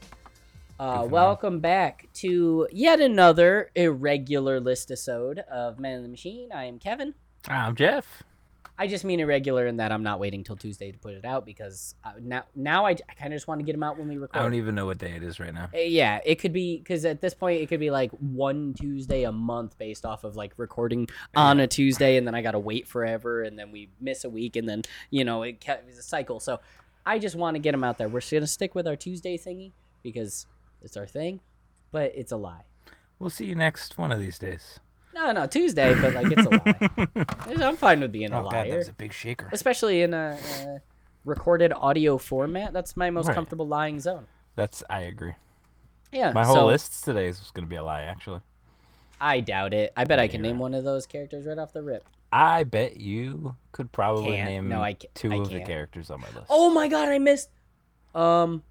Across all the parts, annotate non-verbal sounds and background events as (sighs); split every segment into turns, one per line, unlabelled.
Good
Uh,
for me.
welcome back to yet another irregular list episode of Man in the Machine. I am Kevin.
I'm Jeff.
I just mean irregular in that I'm not waiting till Tuesday to put it out because uh now now I, I kind of just want to get them out when we
I don't
record.
even know what day it is right now.
Uh, Yeah, it could be because at this point it could be like one Tuesday a month based off of like recording on a Tuesday, and then I gotta wait forever, and then we miss a week, and then you know it ca- it's a cycle. So I just want to get them out there. We're just gonna stick with our Tuesday thingy because it's our thing, but it's a lie.
We'll see you next one of these days.
No, no Tuesday, but like it's a lie.
(laughs)
I'm fine with being a
Oh god, that
liar,
was a big shaker.
especially in a, uh recorded audio format. That's my most
Right.
comfortable lying zone.
That's I agree.
Yeah,
My whole
Uh, so-
list today is going to be a lie. Actually,
I doubt it. I bet I
Yeah,
can
you're
name
right.
one of those characters right off the rip.
I bet you could probably
Can't.
name
No, I ca-
two
I
of the
can't.
characters on my list.
Oh my god, I missed. Um,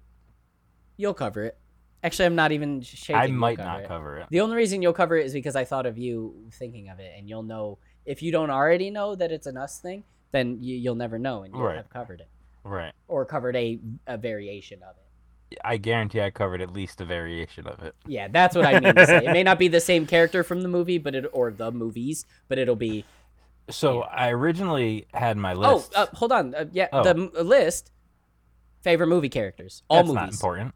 you'll cover it. Actually, I'm not even sh- shaking.
I
You'll
might not
it.
cover it.
The only reason you'll cover it is because I thought of you thinking of it, and you'll know if you don't already know that it's an us thing, then you, you'll never know, and you'll
Right.
have covered it
Right.
or covered a a variation of it.
I guarantee I covered at least a variation of it.
Yeah, that's what I mean to say. It
(laughs)
may not be the same character from the movie, but it or the movies, but it'll be.
So
Yeah.
I originally had my list.
Oh, uh, hold on. Uh, yeah,
Oh.
the m- list. Favorite movie characters, all
That's
movies.
not important.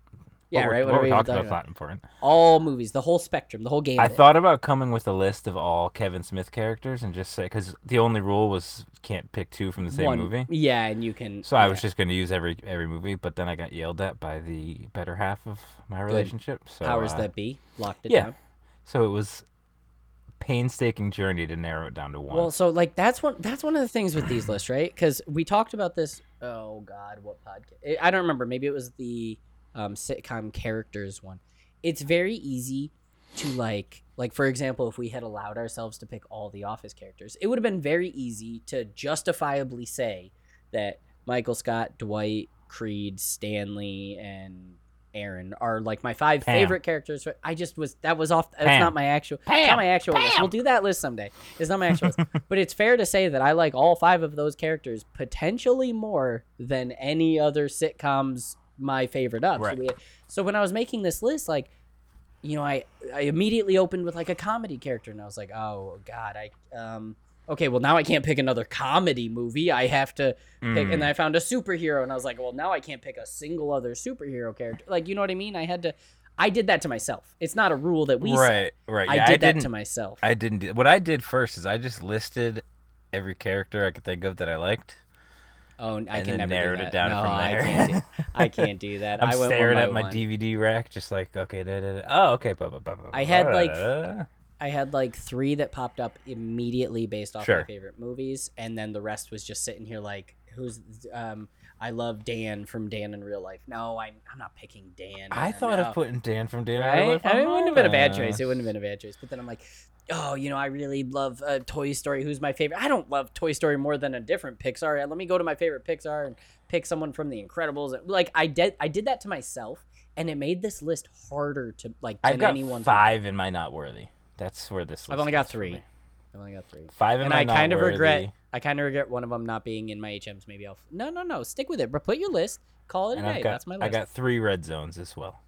Yeah,
what
right. What,
We're, what
are
we're
we even
talking
talking
about?
about?
Not important.
All movies, the whole spectrum, the whole game.
I thought about coming with a list of all Kevin Smith characters and just say because the only rule was can't pick two from the same movie.
Yeah, and you can.
So I was
yeah.
just going to use every every movie, but then I got yelled at by the better half of my relationship. So
powers
uh,
that be locked it
yeah.
down.
So it was painstaking journey to narrow it down to one.
Well, so like that's one that's one of the things with these lists, right? Because we talked about this. Oh God, what podcast? I don't remember. Maybe it was the um, sitcom characters one. It's very easy to like like for example, if we had allowed ourselves to pick all the Office characters, it would have been very easy to justifiably say that Michael Scott, Dwight, Creed, Stanley, and Aaron are like my five
Pam.
favorite characters. I just was that was off. That's
Pam.
not my actual. it's
Pam.
Not my actual list.
Pam.
We'll do that list someday. It's not my actual list, but it's fair to say that I like all five of those characters potentially more than any other sitcoms. My favorite up.
Right.
So, we, so when I was making this list, like you know, I I immediately opened with like a comedy character, and I was like, oh god, I um okay, well now I can't pick another comedy movie. I have to pick, and
Mm.
I found a superhero, and I was like, well now I can't pick a single other superhero character. Like you know what I mean? I had to, I did that to myself. It's not a rule that we set.
right, right.
I
yeah,
did
I
that
didn't,
to myself.
I didn't. Do, what I did first is I just listed every character I could think of that I liked.
oh, I
and
can
then
never
narrowed
do that.
it down
no,
from
I
there.
can't, do,
(laughs)
I can't do that.
I'm
I went
staring
one
at
by
my
one.
DVD rack, just like okay, da, da, da. oh okay. Blah, blah, blah, blah,
I had,
blah,
like,
da, da, da.
I had like three that popped up immediately based off my
Sure.
favorite movies, and then the rest was just sitting here like, who's um, I love Dan from Dan in Real Life. No, I'm I'm not picking Dan.
I
and
thought
no.
of putting Dan from Dan.
Right? I mean, it wouldn't have been a bad choice. It wouldn't have been a bad choice. But then I'm like, oh, you know, I really love uh, Toy Story. Who's my favorite? I don't love Toy Story more than a different Pixar. Let me go to my favorite Pixar and pick someone from The Incredibles. Like I did, I did that to myself, and it made this list harder to like than
I've got
anyone.
five in my not worthy. That's where this.
I've
list
only got
comes from
three.
me.
I've only got three.
Five in
and
my
I
not
kind of
worthy.
regret. I kind of regret one of them not being in my HMs. Maybe I'll. No, no, no. Stick with it. But put your list. Call it
And
a
I've
day.
got,
That's my list.
I got three red zones as well.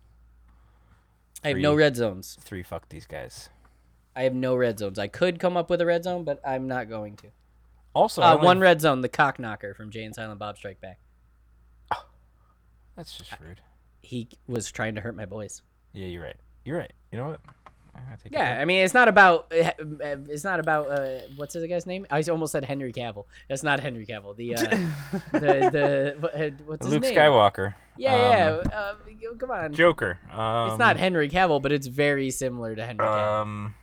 I have no
three.
red zones.
Three fuck these guys.
I have no red zones. I could come up with a red zone, but I'm not going to.
Also, I
Uh,
only-
one red zone, the cock knocker from Jay and Silent Bob Strike Back.
That's just rude.
He was trying to hurt my boys.
Yeah, you're right. You're right. You know what? I take it
Yeah,
back.
I mean, it's not about eh, it's not about uh, what's the guy's name? I almost said Henry Cavill. That's not Henry Cavill. The (laughs) uh, the the what- uh, what's his
Luke
name?
Skywalker. Um,
Yeah, yeah. Uh, yo, come on.
Joker. Um,
it's not Henry Cavill, but it's very similar to Henry Cavill.
Um.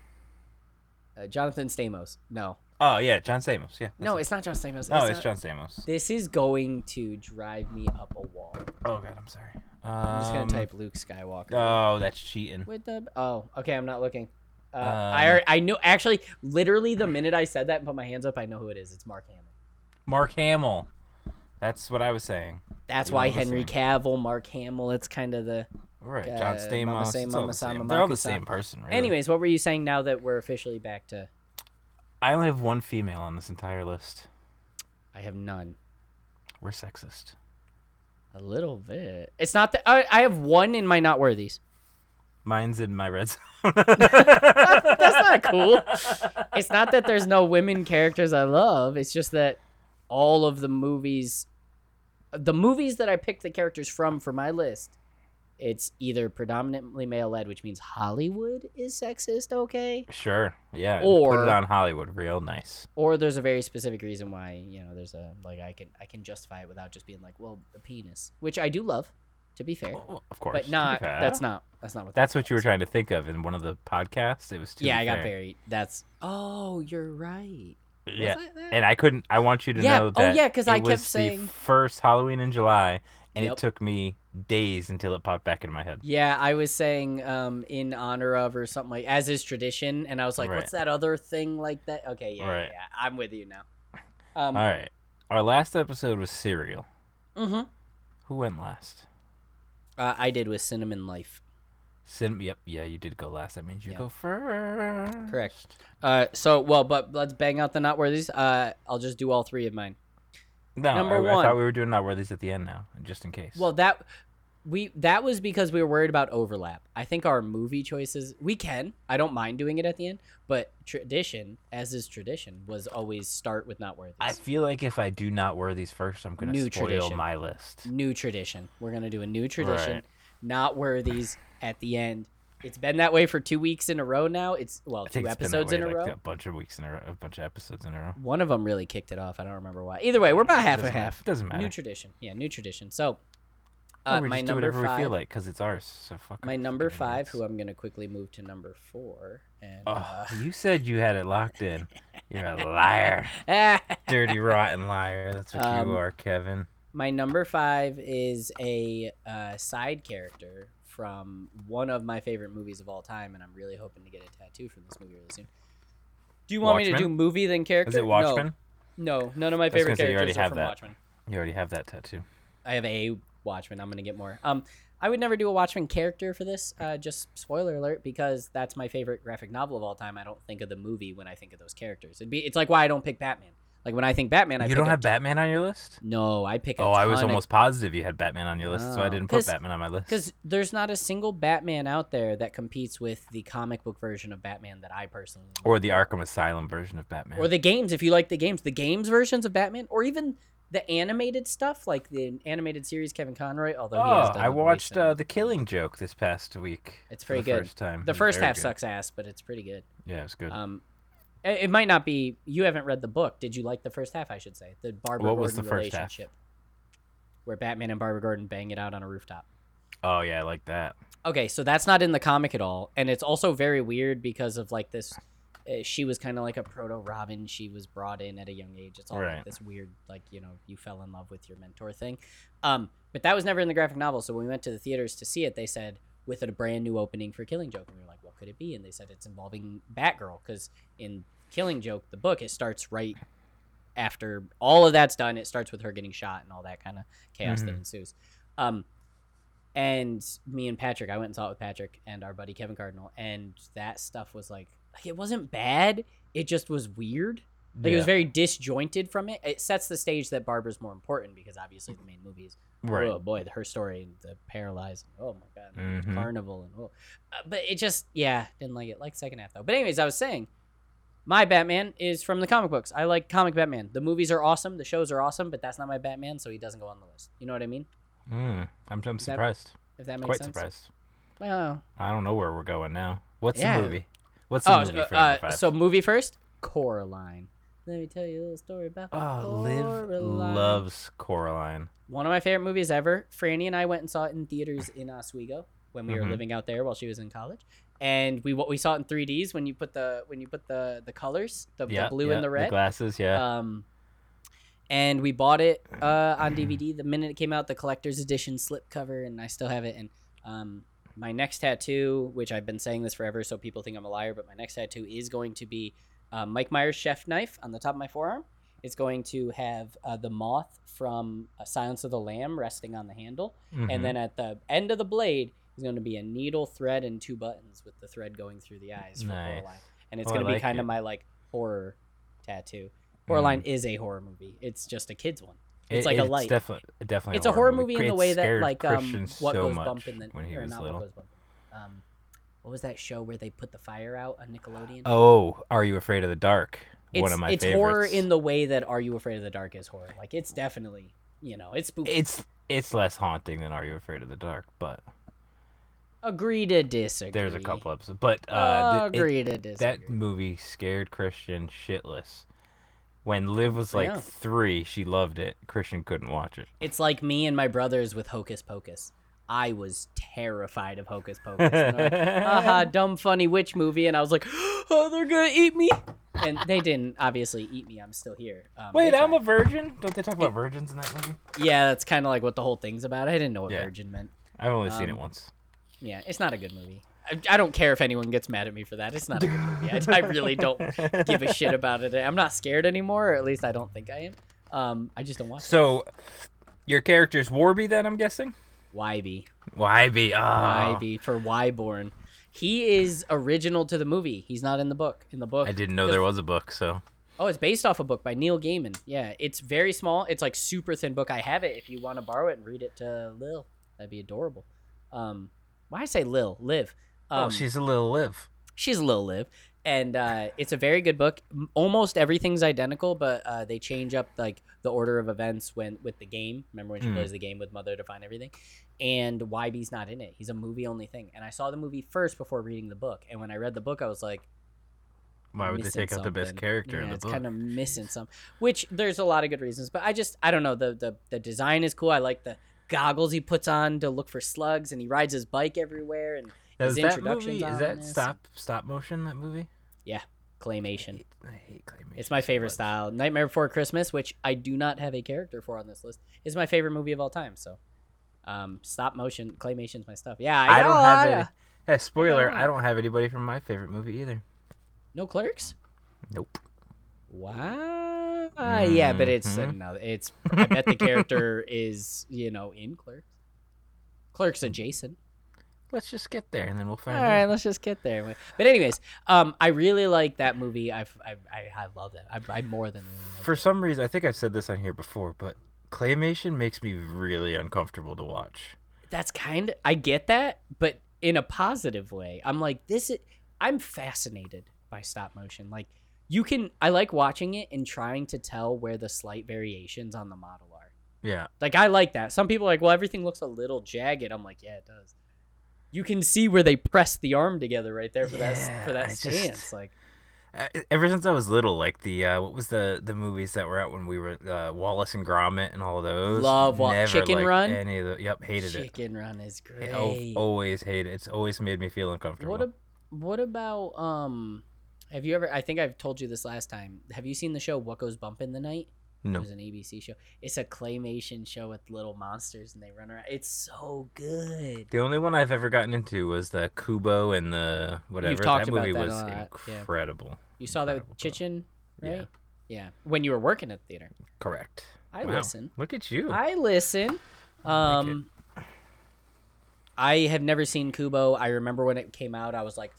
Uh, Jonathan Stamos. No,
Oh yeah, John Stamos. Yeah.
no,
that's
it's not John Stamos.
it. no, Oh,
not-
it's John Stamos.
This is going to drive me up a wall.
Oh god, I'm sorry.
I'm just gonna
Um,
type Luke Skywalker.
Oh, that's cheating.
With the oh, okay, I'm not looking. Uh,
Um,
I alre- I knew actually, literally the minute I said that and put my hands up, I know who it is. It's Mark Hamill.
Mark Hamill. That's what I was saying.
That's
You
why
know the
Henry
same.
Cavill, Mark Hamill. It's kind of the.
Right,
Uh,
John
Mama
Stamos. it's
Sama,
all
Mama
the same.
Sama,
They're all the
Maka
same
Sama.
person. Really.
Anyways, what were you saying now that we're officially back to?
I only have one female on this entire list.
I have none.
We're sexist.
A little bit. It's not that I, I have one in my not worthies. (laughs)
Mine's in my red zone.
That's not cool. It's not that there's no women characters I love. It's just that all of the movies, the movies that I picked the characters from for my list, it's either predominantly male led, which means Hollywood is sexist, okay?
Sure. Yeah. put
Or-
it on Hollywood real nice.
Or there's a very specific reason why you know there's a like I can I can justify it without just being like well the penis, which I do love, to be fair,
Oh, Of course.
but not
Okay.
that's not that's not what
That's what you were trying to think of in one of the podcasts. It was too
yeah, I got
fair.
buried. That's oh, you're right. Was
Yeah.
I there?
And I couldn't I want you to
Yeah.
know
oh
that
yeah, because
it
I kept
was
saying
the first Halloween in July and
Yep.
it took me days until it popped back in my head.
yeah, I was saying um in honor of or something like as is tradition, and I was like,
Right.
what's that other thing like that? Okay, yeah, yeah,
Right.
yeah, I'm with you now. Um,
All right. Our last episode was cereal.
mhm.
Who went last?
uh, I did with cinnamon life.
Sin- yep, yeah, you did go last. That means you
Yeah.
go first.
Correct. Uh, so well, but let's bang out the not worthies. Uh, I'll just do all three of mine.
No,
Number
I,
one.
I thought we were doing not worthies at the end now, just in case.
Well, that we that was because we were worried about overlap. I think our movie choices we can. I don't mind doing it at the end, but tradition, as is tradition, was always start with not worthies.
I feel like if I do not worthies first, I'm gonna
New
spoil
tradition.
my list.
new tradition. We're gonna do a new tradition,
Right.
not worthies at the end. It's been that way for two weeks in a row now. It's well,
I think
two
it's been that
episodes
way,
in a
like,
row.
A bunch of weeks in a row, a bunch of episodes in a row.
One of them really kicked it off. I don't remember why. Either way, we're about half and
Doesn't matter.
half.
Doesn't matter.
New tradition, yeah, new tradition. So,
Or
uh,
we
my
just do
number
whatever
five.
we feel like because it's ours. So fuck.
My
it,
number
fucking
five,
idiots.
who I'm going to quickly move to number four, and
Oh, you said you had it locked in. You're a liar,
uh, (laughs)
dirty, rotten liar. That's what
Um,
you are, Kevin.
my number five is a uh, side character from one of my favorite movies of all time, and I'm really hoping to get a tattoo from this movie really soon. Do you want me to do
Watchmen?
movie then character?
Is it Watchmen?
No, no none of my
was gonna
favorite
say, you already
characters are
have
from
that.
Watchmen.
You already have that tattoo.
I have a Watchmen. I'm gonna get more. Um, I would never do a Watchmen character for this. Uh, just spoiler alert, because that's my favorite graphic novel of all time. I don't think of the movie when I think of those characters. It'd be it's like why I don't pick Batman. Like when I think Batman, I
you
pick
don't
a-
have Batman on your list?
No, I pick. A
Oh, I was
ton of-
almost positive you had Batman on your list, so I
Oh.
didn't
'Cause-
put Batman on my list.
because there's not a single Batman out there that competes with the comic book version of Batman that I personally love.
Or the Arkham Asylum version of Batman.
or the games if you like the games the games versions of batman or even the animated stuff like the animated series kevin conroy although he has
oh,
done
I
the
watched
recent-
uh, The Killing Joke this past week.
It's
for
pretty
the
good.
First time.
the
It was
first
very
half
good.
sucks ass but it's pretty good
Yeah, it was good.
um i- it might not be you haven't read the book did you like the first half i should say the barbara
What
gordon
was the first half?
relationship where batman and barbara gordon bang it out on a rooftop
oh yeah, I like that.
okay so that's not in the comic at all and it's also very weird because of like this uh, she was kind of like a proto robin she was brought in at a young age it's all like
Right.
this weird like you know you fell in love with your mentor thing um but that was never in the graphic novel so when we went to the theaters to see it they said with a brand new opening for killing joke and we were like what could it be and they said it's involving batgirl because in killing joke the book it starts right after all of that's done it starts with her getting shot and all that kind of chaos that
Mhm.
ensues um and me and Patrick, I went and saw it with Patrick and our buddy Kevin Cardinal, and that stuff was like, like it wasn't bad. It just was weird. Like it was
Yeah,
very disjointed from it. It sets the stage that Barbara's more important because obviously the main movie is
right.
oh boy, her story and the paralyzed. Oh my god,
Mhm.
carnival and oh, uh, but it just yeah, didn't like it. Like second half though. But anyways, I was saying, my Batman is from the comic books. I like comic Batman. The movies are awesome. The shows are awesome, but that's not my Batman, so he doesn't go on the list. You know what I mean?
Mm, I'm, I'm surprised.
If that makes
Quite
sense.
surprised.
Well,
I don't know where we're going now. What's
Yeah.
the movie? What's the
Oh,
movie
uh,
for
uh,
number five?
so movie first, Coraline. Let me tell you a little story about
oh, Liv
Coraline.
loves Coraline.
One of my favorite movies ever. Franny and I went and saw it in theaters in Oswego when we were
Mhm.
living out there while she was in college, and we what we saw it in 3ds when you put the when you put the the colors, the, the
yeah,
blue
yeah,
and the red.
glasses. Yeah,
Um, and we bought it uh, on DVD the minute it came out, the collector's edition slipcover, and I still have it. And um, my next tattoo, which I've been saying this forever, so people think I'm a liar, but my next tattoo is going to be uh, Mike Myers chef knife on the top of my forearm. It's going to have uh, the moth from uh, Silence of the Lamb resting on the handle,
Mhm.
and then at the end of the blade is going to be a needle, thread, and two buttons with the thread going through the eyes for
Nice.
Coraline. And it's
Oh, I
going to be
like
kind
it. Mm.
of my like horror tattoo. Coraline is a horror movie. It's just a kids one. it's like a light.
Definitely, definitely.
it's a horror movie in the
It
way that
scared
like um
Christian
what
so
goes
much
bump in the
when he
or
was
not
little.
what goes bump. Um, what was that show where they put the fire out on Nickelodeon?
Oh, Are You Afraid of the Dark?
it's,
One of my
it's
favorites.
horror in the way that Are You Afraid of the Dark is horror. Like it's definitely you know it's spooky.
It's it's less haunting than Are You Afraid of the Dark, but
Agree to disagree.
there's a couple episodes. But uh, th- it-
Agree to disagree.
that movie scared Christian shitless. When Liv was like
Yeah.
three, she loved it. Christian couldn't watch it.
It's like me and my brothers with Hocus Pocus. I was terrified of Hocus
(laughs)
Pocus. And they're like, Haha, Uh-huh, dumb funny witch movie, and I was like, (gasps) oh, they're gonna eat me, and they didn't obviously eat me. I'm still here. Um,
Wait,
they
I'm a
tried.
virgin. Don't they talk about virgins in that movie?
yeah. That's kind of like what the whole thing's about. I didn't know what
Yeah.
virgin meant.
I've only seen it
Um, (laughs)
once. (laughs)
Yeah, it's not a good movie. I, I don't care if anyone gets mad at me for that. It's not a good movie. I, I really
(laughs)
don't give a shit about it. I'm not scared anymore, or at least I don't think I am. Um, I just don't watch it.
So, your character's Warby, then I'm guessing.
YB.
Wybe. Ah,
YB for Yborn. He is original to the movie. He's not in the book. In the book,
I didn't know
the
there was a book. So
Oh, it's based off a book by Neil Gaiman. Yeah, it's very small. It's like super thin book. I have it if you want to borrow it and read it to Lil. That'd be adorable. Um, why I say Lil? Liv. Um,
oh, she's a little live.
she's Lil Liv, and uh, it's a very good book. M- Almost everything's identical, but uh, they change up like the order of events when with the game. Remember when she
Hmm.
plays the game with Mother to find everything, and YB's not in it. He's a movie only thing. And I saw the movie first before reading the book. And when I read the book, I was like.
Why would they
missing
take out the best
something.
character
yeah,
in the
it's
book?
kind of missing some, which there's a lot of good reasons. But I just I don't know the the the design is cool. I like the goggles he puts on to look for slugs, and he rides his bike everywhere and
Does
his
that
introduction's
movie is that
ominous.
stop stop motion? That movie.
claymation.
I hate claymation.
It's my
so
favorite
much.
style. Nightmare Before Christmas, which I do not have a character for on this list, is my favorite movie of all time. So, um, stop motion claymation's my stuff. Yeah,
I don't have
it.
any. Hey, spoiler!
don't
I don't have anybody from my favorite movie either.
No clerks.
Nope.
Wow. yeah, but it's
Mhm.
another. It's I bet the character (laughs) is you know in clerks. Clerks adjacent.
Let's just get there and then we'll
All
find
right,
out.
let's just get there. But anyways, um, I really like that movie. I've, I I I love that. I, I more than really like
For some reason, I think I've said this on here before, but claymation makes me really uncomfortable to watch.
that's kind of I get that, but in a positive way. I'm like this is I'm fascinated by stop motion. Like you can I like watching it and trying to tell where the slight variations on the model are.
Yeah.
Like I like that. Some people are like, "Well, everything looks a little jagged." I'm like, "Yeah, it does." You can see where they pressed the arm together right there for that
Yeah,
for
I
that
just-
stance. Like
Uh, ever since I was little, like the uh, what was the the movies that were out when we were uh, Wallace and Gromit and all of those.
Love Wa-
Never
Chicken
liked
Run?
Any of the, yep, hated it. oh,
Chicken Run is
I
great.
al- always hated. It's always made me feel uncomfortable.
What ab- what about um have you ever I think I've told you this last time. Have you seen the show What Goes Bump in the Night? It
no.
was an ABC show. It's a claymation show with little monsters and they run around. It's so good.
The only one I've ever gotten into was the Kubo and the whatever.
talked
that
about
movie
that a
was
lot, yeah.
incredible.
You saw that with
Incredible
Chichen,
Yeah.
right? Yeah. When you were working at the theater.
Correct.
I
Wow.
listen.
Look at you.
I listen.
Hmm. I like it.
Um I have never seen Kubo. I remember when it came out, I was like,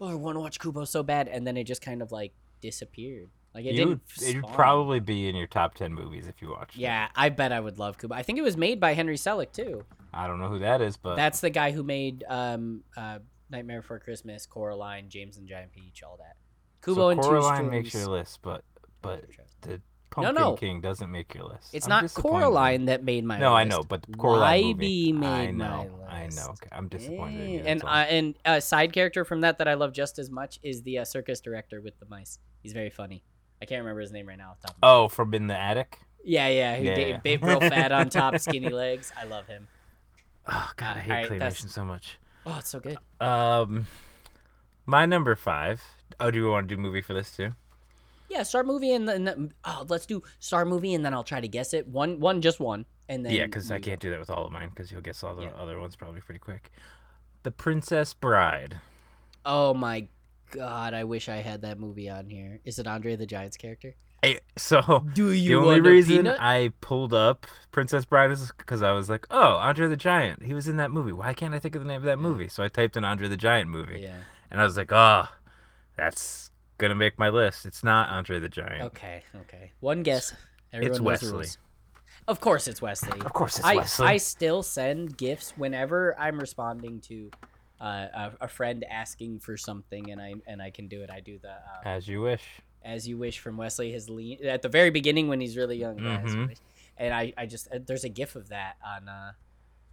"Oh, I want to watch Kubo so bad," and then it just kind of like disappeared. Like it
you would
didn't.
it'd
spawn.
probably be in your top ten movies if you watched. it.
Yeah, I bet I would love Kubo. I think it was made by Henry Selick too.
I don't know who that is, but
That's the guy who made um, uh, Nightmare Before Christmas, Coraline, James and Giant Peach, all that.
so
Kubo and
Coraline
Two
makes your
Strings.
list, but but the
No,
Pumpkin
no.
King doesn't make your list.
It's
I'm
not
disappointed.
Coraline that made my.
No, I
list.
know, but the Coraline movie.
YB made
I
my
know, I
list.
know. Okay, I'm disappointed. in
Dang.
you,
And
that's all.
uh, and a side character from that that I love just as much is the uh, circus director with the mice. He's very funny. I can't remember his name right now. Off the top of my
oh, from in the attic.
Yeah, yeah. Who
Yeah,
ga-
yeah.
big,
(laughs)
real fat on top, skinny legs. I love him.
Oh God, I hate
Alright, that's-
claymation so much.
Oh, it's so good.
Um, my number five. Oh, do we want to do movie for this too?
Yeah, star movie and then oh, let's do star movie and then I'll try to guess it. One, one, just one, and then
yeah, because I
we-
can't do that with all of mine because you'll guess all the
Yeah.
other ones probably pretty quick. The Princess Bride.
Oh my god, I wish I had that movie on here. Is it Andre the Giant's character?
I, so
Do you
the only
want a
reason
peanut?
I pulled up Princess Bride is because I was like, oh, Andre the Giant. He was in that movie. Why can't I think of the name of that movie? So I typed in Andre the Giant movie,
Yeah.
and I was like, oh, that's gonna make my list. It's not Andre the Giant.
Okay. Okay. One guess. Everyone knows the
Wesley.
rules. Of course,
(laughs)
it's Wesley.
Of course, it's
I
Wesley.
I still send gifts whenever I'm responding to uh, a, a friend asking for something, and I and I can do it. I do the um,
As you wish.
as you wish from Wesley his lean at the very beginning when he's really young. yeah, As You
Mhm.
Wish. And I, I just uh, there's a gif of that on uh,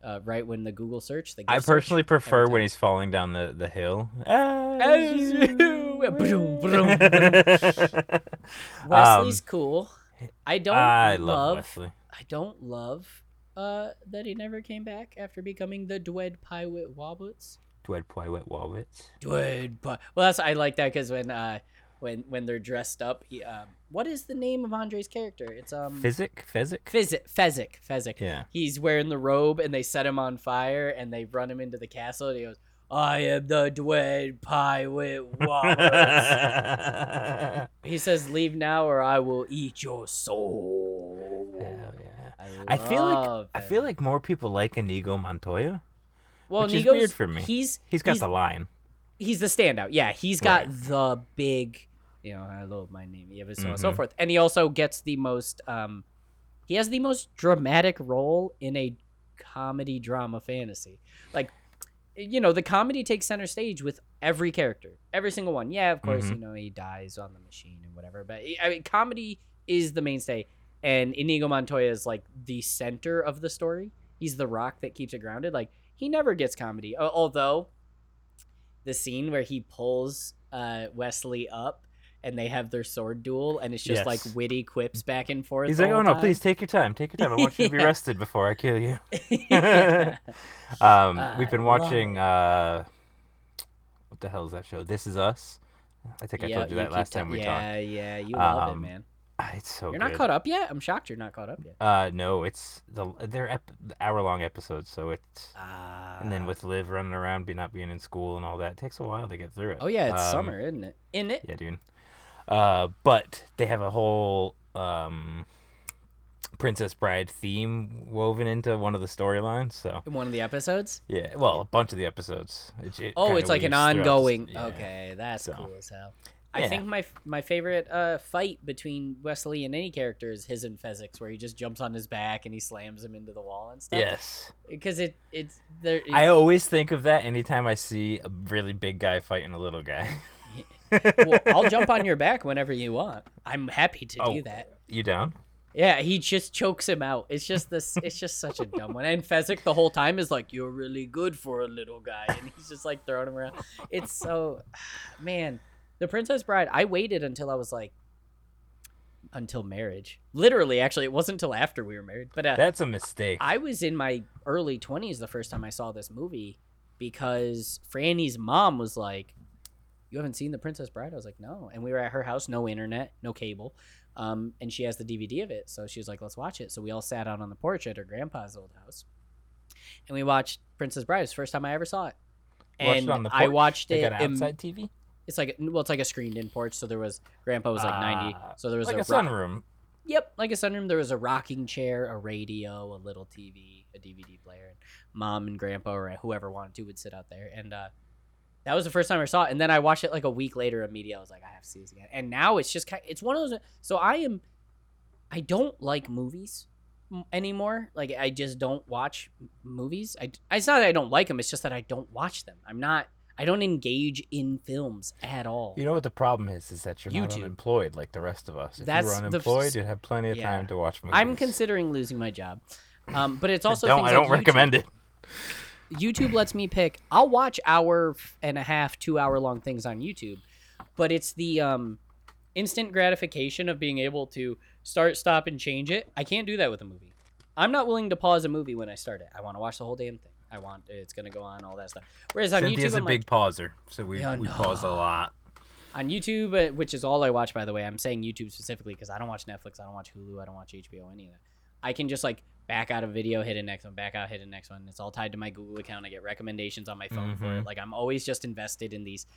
uh right when the Google search the
I
GIF search.
personally prefer
time.
when he's falling down the, the hill.
As
As
you- (laughs)
wish.
Broom,
(laughs)
broom, broom. Wesley's
Um,
cool. I don't
I
love,
love Wesley.
I don't love uh that he never came back after becoming the Dwed Piwit Wobbits.
Dwed Poiwet Walwitz.
Dwed Pi- Well, that's I like that because when uh when when they're dressed up, he, um, what is the name of Andre's character? It's um
Physic? Physic? (laughs)
Fizzic, Fezzik, Fezzik.
Yeah.
he's wearing the robe and they set him on fire and they run him into the castle and he goes, I am the Dwayne Pirate
(laughs)
Wallace.
Hell
he says, Leave now or I will eat your soul.
yeah. I feel like-
love
I feel
him.
like more people like Inigo Montoya.
well,
which is
Nigo's-
weird for me.
He's
He's got
He's-
the line.
he's the standout. Yeah, he's got
Right.
the big, you know, I love my name, yeah, but so on and so
Mhm.
forth. And he also gets the most, um, he has the most dramatic role in a comedy drama fantasy. Like, you know, the comedy takes center stage with every character, every single one. Yeah, of course,
Mhm.
you know, he dies on the machine and whatever, but I mean, comedy is the mainstay. And Inigo Montoya is like the center of the story. He's the rock that keeps it grounded. Like, he never gets comedy. Al- Although the scene where he pulls uh, Wesley up and they have their sword duel, and it's just like
Yes.
witty quips back and forth.
He's
the
like, oh
whole
no,
time."
please take your time. Take your time. I want you to
(laughs)
be
Yeah.
rested before I kill you.
(laughs) Yeah.
Um,
I
we've been
love
watching. Uh, what the hell is that show? This is Us. I think I
Yeah,
told you that
keep
last
ta-
time we
Yeah, yeah, you love it,
Um,
man.
talked. Ah, It's so
You're
good.
not caught up yet. I'm shocked you're not caught up yet.
Uh, no, it's the they're ep- hour long episodes, so it's
Ah.
and then with Liv running around, be not being in school and all that, it takes a while to get through it.
oh yeah, it's
Um,
summer, isn't it? In it.
Yeah, dude. Uh, but they have a whole um, Princess Bride theme woven into one of the storylines. So
In one of the episodes.
yeah, well, a bunch of the episodes. It, it
Oh,
kinda
it's like an
weaves throughout the s-
ongoing.
yeah.
Okay, that's
So.
cool as hell. I
Yeah.
think my my favorite uh, fight between Wesley and any character is his and Fezzix, where he just jumps on his back and he slams him into the wall and stuff.
Yes.
because it it's there.
I always think of that anytime I see a really big guy fighting a little guy. (laughs)
well, I'll jump on your back whenever you want. I'm happy to do
Oh.
that.
You down?
Yeah, he just chokes him out. It's just this. It's just such a dumb one. And Fezzik the whole time is like, "You're really good for a little guy," and he's just like throwing him around. It's so, (sighs) man. The Princess Bride. I waited until I was like, until marriage. Literally, actually, it wasn't until after we were married. But uh,
That's a mistake.
I was in my early 20s the first time I saw this movie because Franny's mom was like, You haven't seen The Princess Bride? I was like, No. And we were at her house, no internet, no cable. Um, and she has the DVD of it. So she was like, Let's watch it. So we all sat out on the porch at her grandpa's old house and we watched Princess Bride. It was the first time I ever saw it.
Watched it
And
on the
I
porch?
watched
they
it.
got an
im-
outside TV,
it's like well, it's like a screened-in porch. So there was grandpa was like ninety.
Ah,
So there was
like
a
a
rock-
sunroom.
Yep, like a sunroom. There was a rocking chair, a radio, a little TV, a DVD player, and mom and grandpa or whoever wanted to would sit out there. And uh, that was the first time I saw it. And then I watched it like a week later. Immediately, I was like, I have to see this again. And now it's just kind. It's one of those. So I am. I don't like movies m- anymore. Like I just don't watch m- movies. I it's not that I don't like them. It's just that I don't watch them. I'm not. I don't engage in films at all.
You know what the problem is? Is that you're not
YouTube.
unemployed like the rest of us. If
That's
you
the
were
f-
unemployed, you'd have plenty of
yeah.
time to watch movies.
I'm considering losing my job. Um, but it's also
I don't,
things
I don't
like YouTube.
recommend it.
YouTube lets me pick. I'll watch hour and a half, two hour long things on YouTube, but it's the um, instant gratification of being able to start, stop, and change it. I can't do that with a movie. I'm not willing to pause a movie when I start it. I want to watch the whole damn thing. I want it's gonna go on all that stuff. Whereas on
Cynthia's
YouTube, I'm
a big
like,
pauser, so we,
Yeah,
we
no.
pause a lot.
on YouTube, uh, which is all I watch by the way. I'm saying YouTube specifically because I don't watch Netflix, I don't watch Hulu, I don't watch HBO, any of that. I can just like back out a video, hit a next one, back out, hit a next one. It's all tied to my Google account. I get recommendations on my phone for it.
Mhm.
Like I'm always just invested in these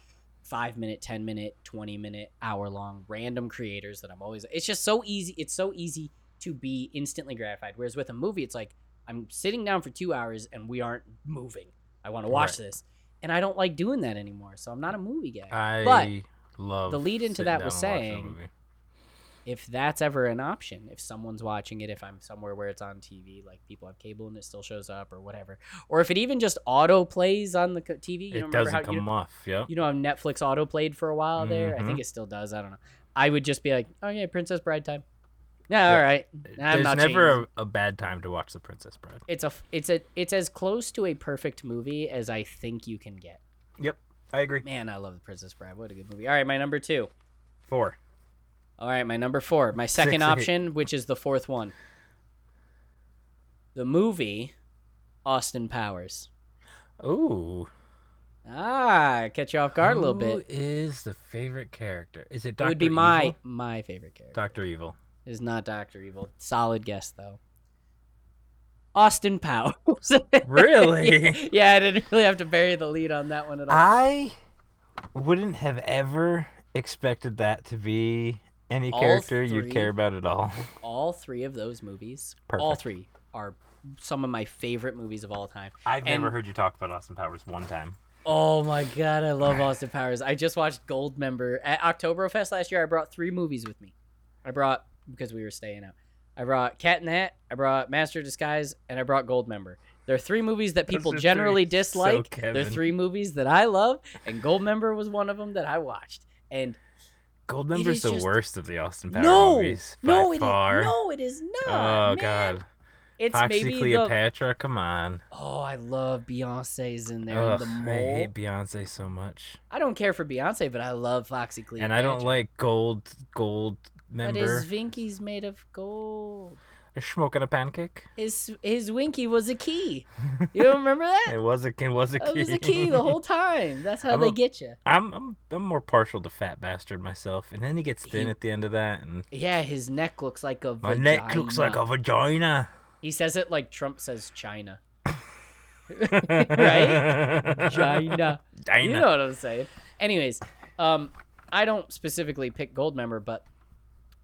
five minute, ten minute, twenty minute, hour long random creators that I'm always. It's just so easy. It's so easy to be instantly gratified. Whereas with a movie, it's like I'm sitting down for two hours and we aren't moving. I want to watch this, and I don't like doing that anymore. So I'm not a movie guy.
I
But
love
the lead into
sitting
that was
down and watching a
saying-
movie.
if that's ever an option, if someone's watching it, if I'm somewhere where it's on TV, like people have cable and it still shows up or whatever, or if it even just auto plays on the co- TV, you know,
it
remember
doesn't
how
come
you,
off. Yep.
you know how Netflix auto played for a while there? I think it still does. I don't know. I would just be like, oh yeah, Princess Bride time. Yeah,
Yeah.
all right. I'm
There's
not
never a, a bad time to watch The Princess Bride.
It's a f- it's a it's as close to a perfect movie as I think you can get.
I agree.
Man, I love The Princess Bride. What a good movie. All right, my number two.
Four.
All right, my number four, my second
Six, eight.
option, which is the fourth one. The movie Austin Powers.
Ooh.
Ah, catch you off guard a little bit.
Who is the favorite character? Is it
It
Doctor
would be
Evil?
my my favorite character.
Doctor Evil.
is not Doctor Evil. Solid guess though. Austin Powers. (laughs)
Really? Ah.
yeah, I didn't really have to bury the lead on that one at all.
I wouldn't have ever expected that to be any
All
character you
three.
care about at all.
all three of those movies, all
Perfect.
three, are some of my favorite movies of all time.
I've
never And-
heard you talk about Austin Powers one time.
Oh my god, I love Austin Powers. I just watched Goldmember at Oktoberfest last year. I brought three movies with me. I brought because we were staying out. I brought Cat in the Hat, I brought Master of Disguise, and I brought Goldmember. They're three movies that
Those
people
are three
generally
so
dislike. They're
Kevin.
three movies that I love, and Goldmember was one of them that I watched. And
Goldmember's
is
the
just-
worst of the Austin Powers
no,
movies. by
no, it is,
far.
no, it is not.
Oh
man.
god.
it's
Foxy
maybe the
Cleopatra, come on.
Oh, I love Beyonce's in there.
Ugh,
the
I
mole. I,
hate Beyonce so much.
don't care for Beyonce, but I love Foxy Cleopatra.
And I don't like gold gold member.
But his Vinky's made of gold.
Smoking
(laughs)
a pancake.
His his Winky was a key. You don't remember that?
It was a it was (laughs) a key.
It was a key the whole time. That's how
I'm
they
a-
get you.
(laughs) I'm I'm I'm more partial to Fat Bastard myself, and then he gets thin
He-
at the end of that, and
Yeah, his neck looks like a.
my neck looks like a
vagina. (laughs)
vagina.
He says it like Trump says China.
right?
China.
China.
You know what I'm saying. Anyways, um, I don't specifically pick Goldmember, but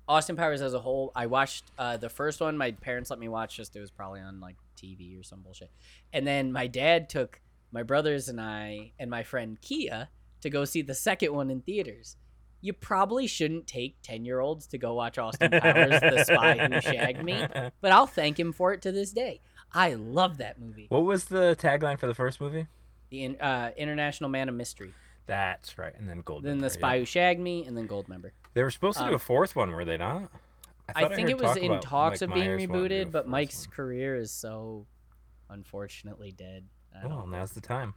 Austin Powers as a whole, I watched uh, the first one. My parents let me watch just it was probably on like TV or some bullshit, and then my dad took my brothers and I and my friend Kia to go see the second one in theaters. You probably shouldn't take ten year olds to go watch
(laughs)
Austin Powers, the spy who shagged me, but I'll thank him for it to this day. I love that movie,
What was the tagline for the first movie?
the in, uh, International Man of Mystery.
That's right, and then Gold.
then the spy who shagged me, and then Goldmember.
They were supposed to
um,
do a fourth one, were they not?
I,
thought
think
heard
it was
talk
in
about
talks
Mike
of being
Myers wanting to do a
rebooted, but
fourth
Mike's
one.
career is so unfortunately dead. I don't-
Well, now's the time.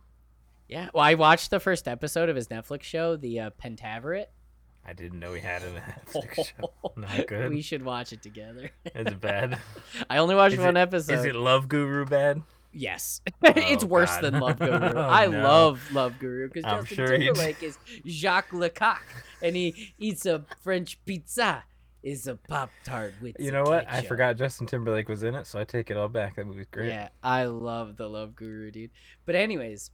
yeah. Well, I watched the first episode of his Netflix show, the uh, Pentaveret.
I didn't know he had
(laughs)
an (laughs) Netflix show. Not good.
we should watch it together. (laughs)
Is it bad?
I only watched
Is
one
it-
episode.
Is it Love Guru bad?
Yes, (laughs) it's worse
God.
than
(laughs)
Love Guru.
Oh,
I
no.
love Love Guru because
I'm
Justin
sure he did.
Timberlake is Jacques Lecoq, and he eats a French pizza. Is a pop tart with
You
some
know what? I
ketchup.
forgot Justin Timberlake was in it, so I take it all back. That movie's great.
Yeah, I love the Love Guru, dude. But anyways,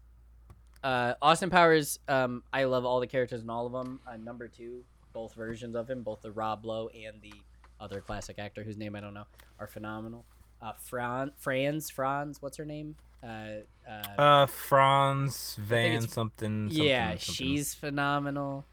uh, Austin Powers. Um, I love all the characters in all of them. Uh, number two, both versions of him, both the Rob Lowe and the other classic actor whose name I don't know, are phenomenal. Uh, Fran, Franz, Franz, what's her name? Uh, uh,
Uh, Franz Van
it's-
something, something.
yeah,
something.
she's phenomenal.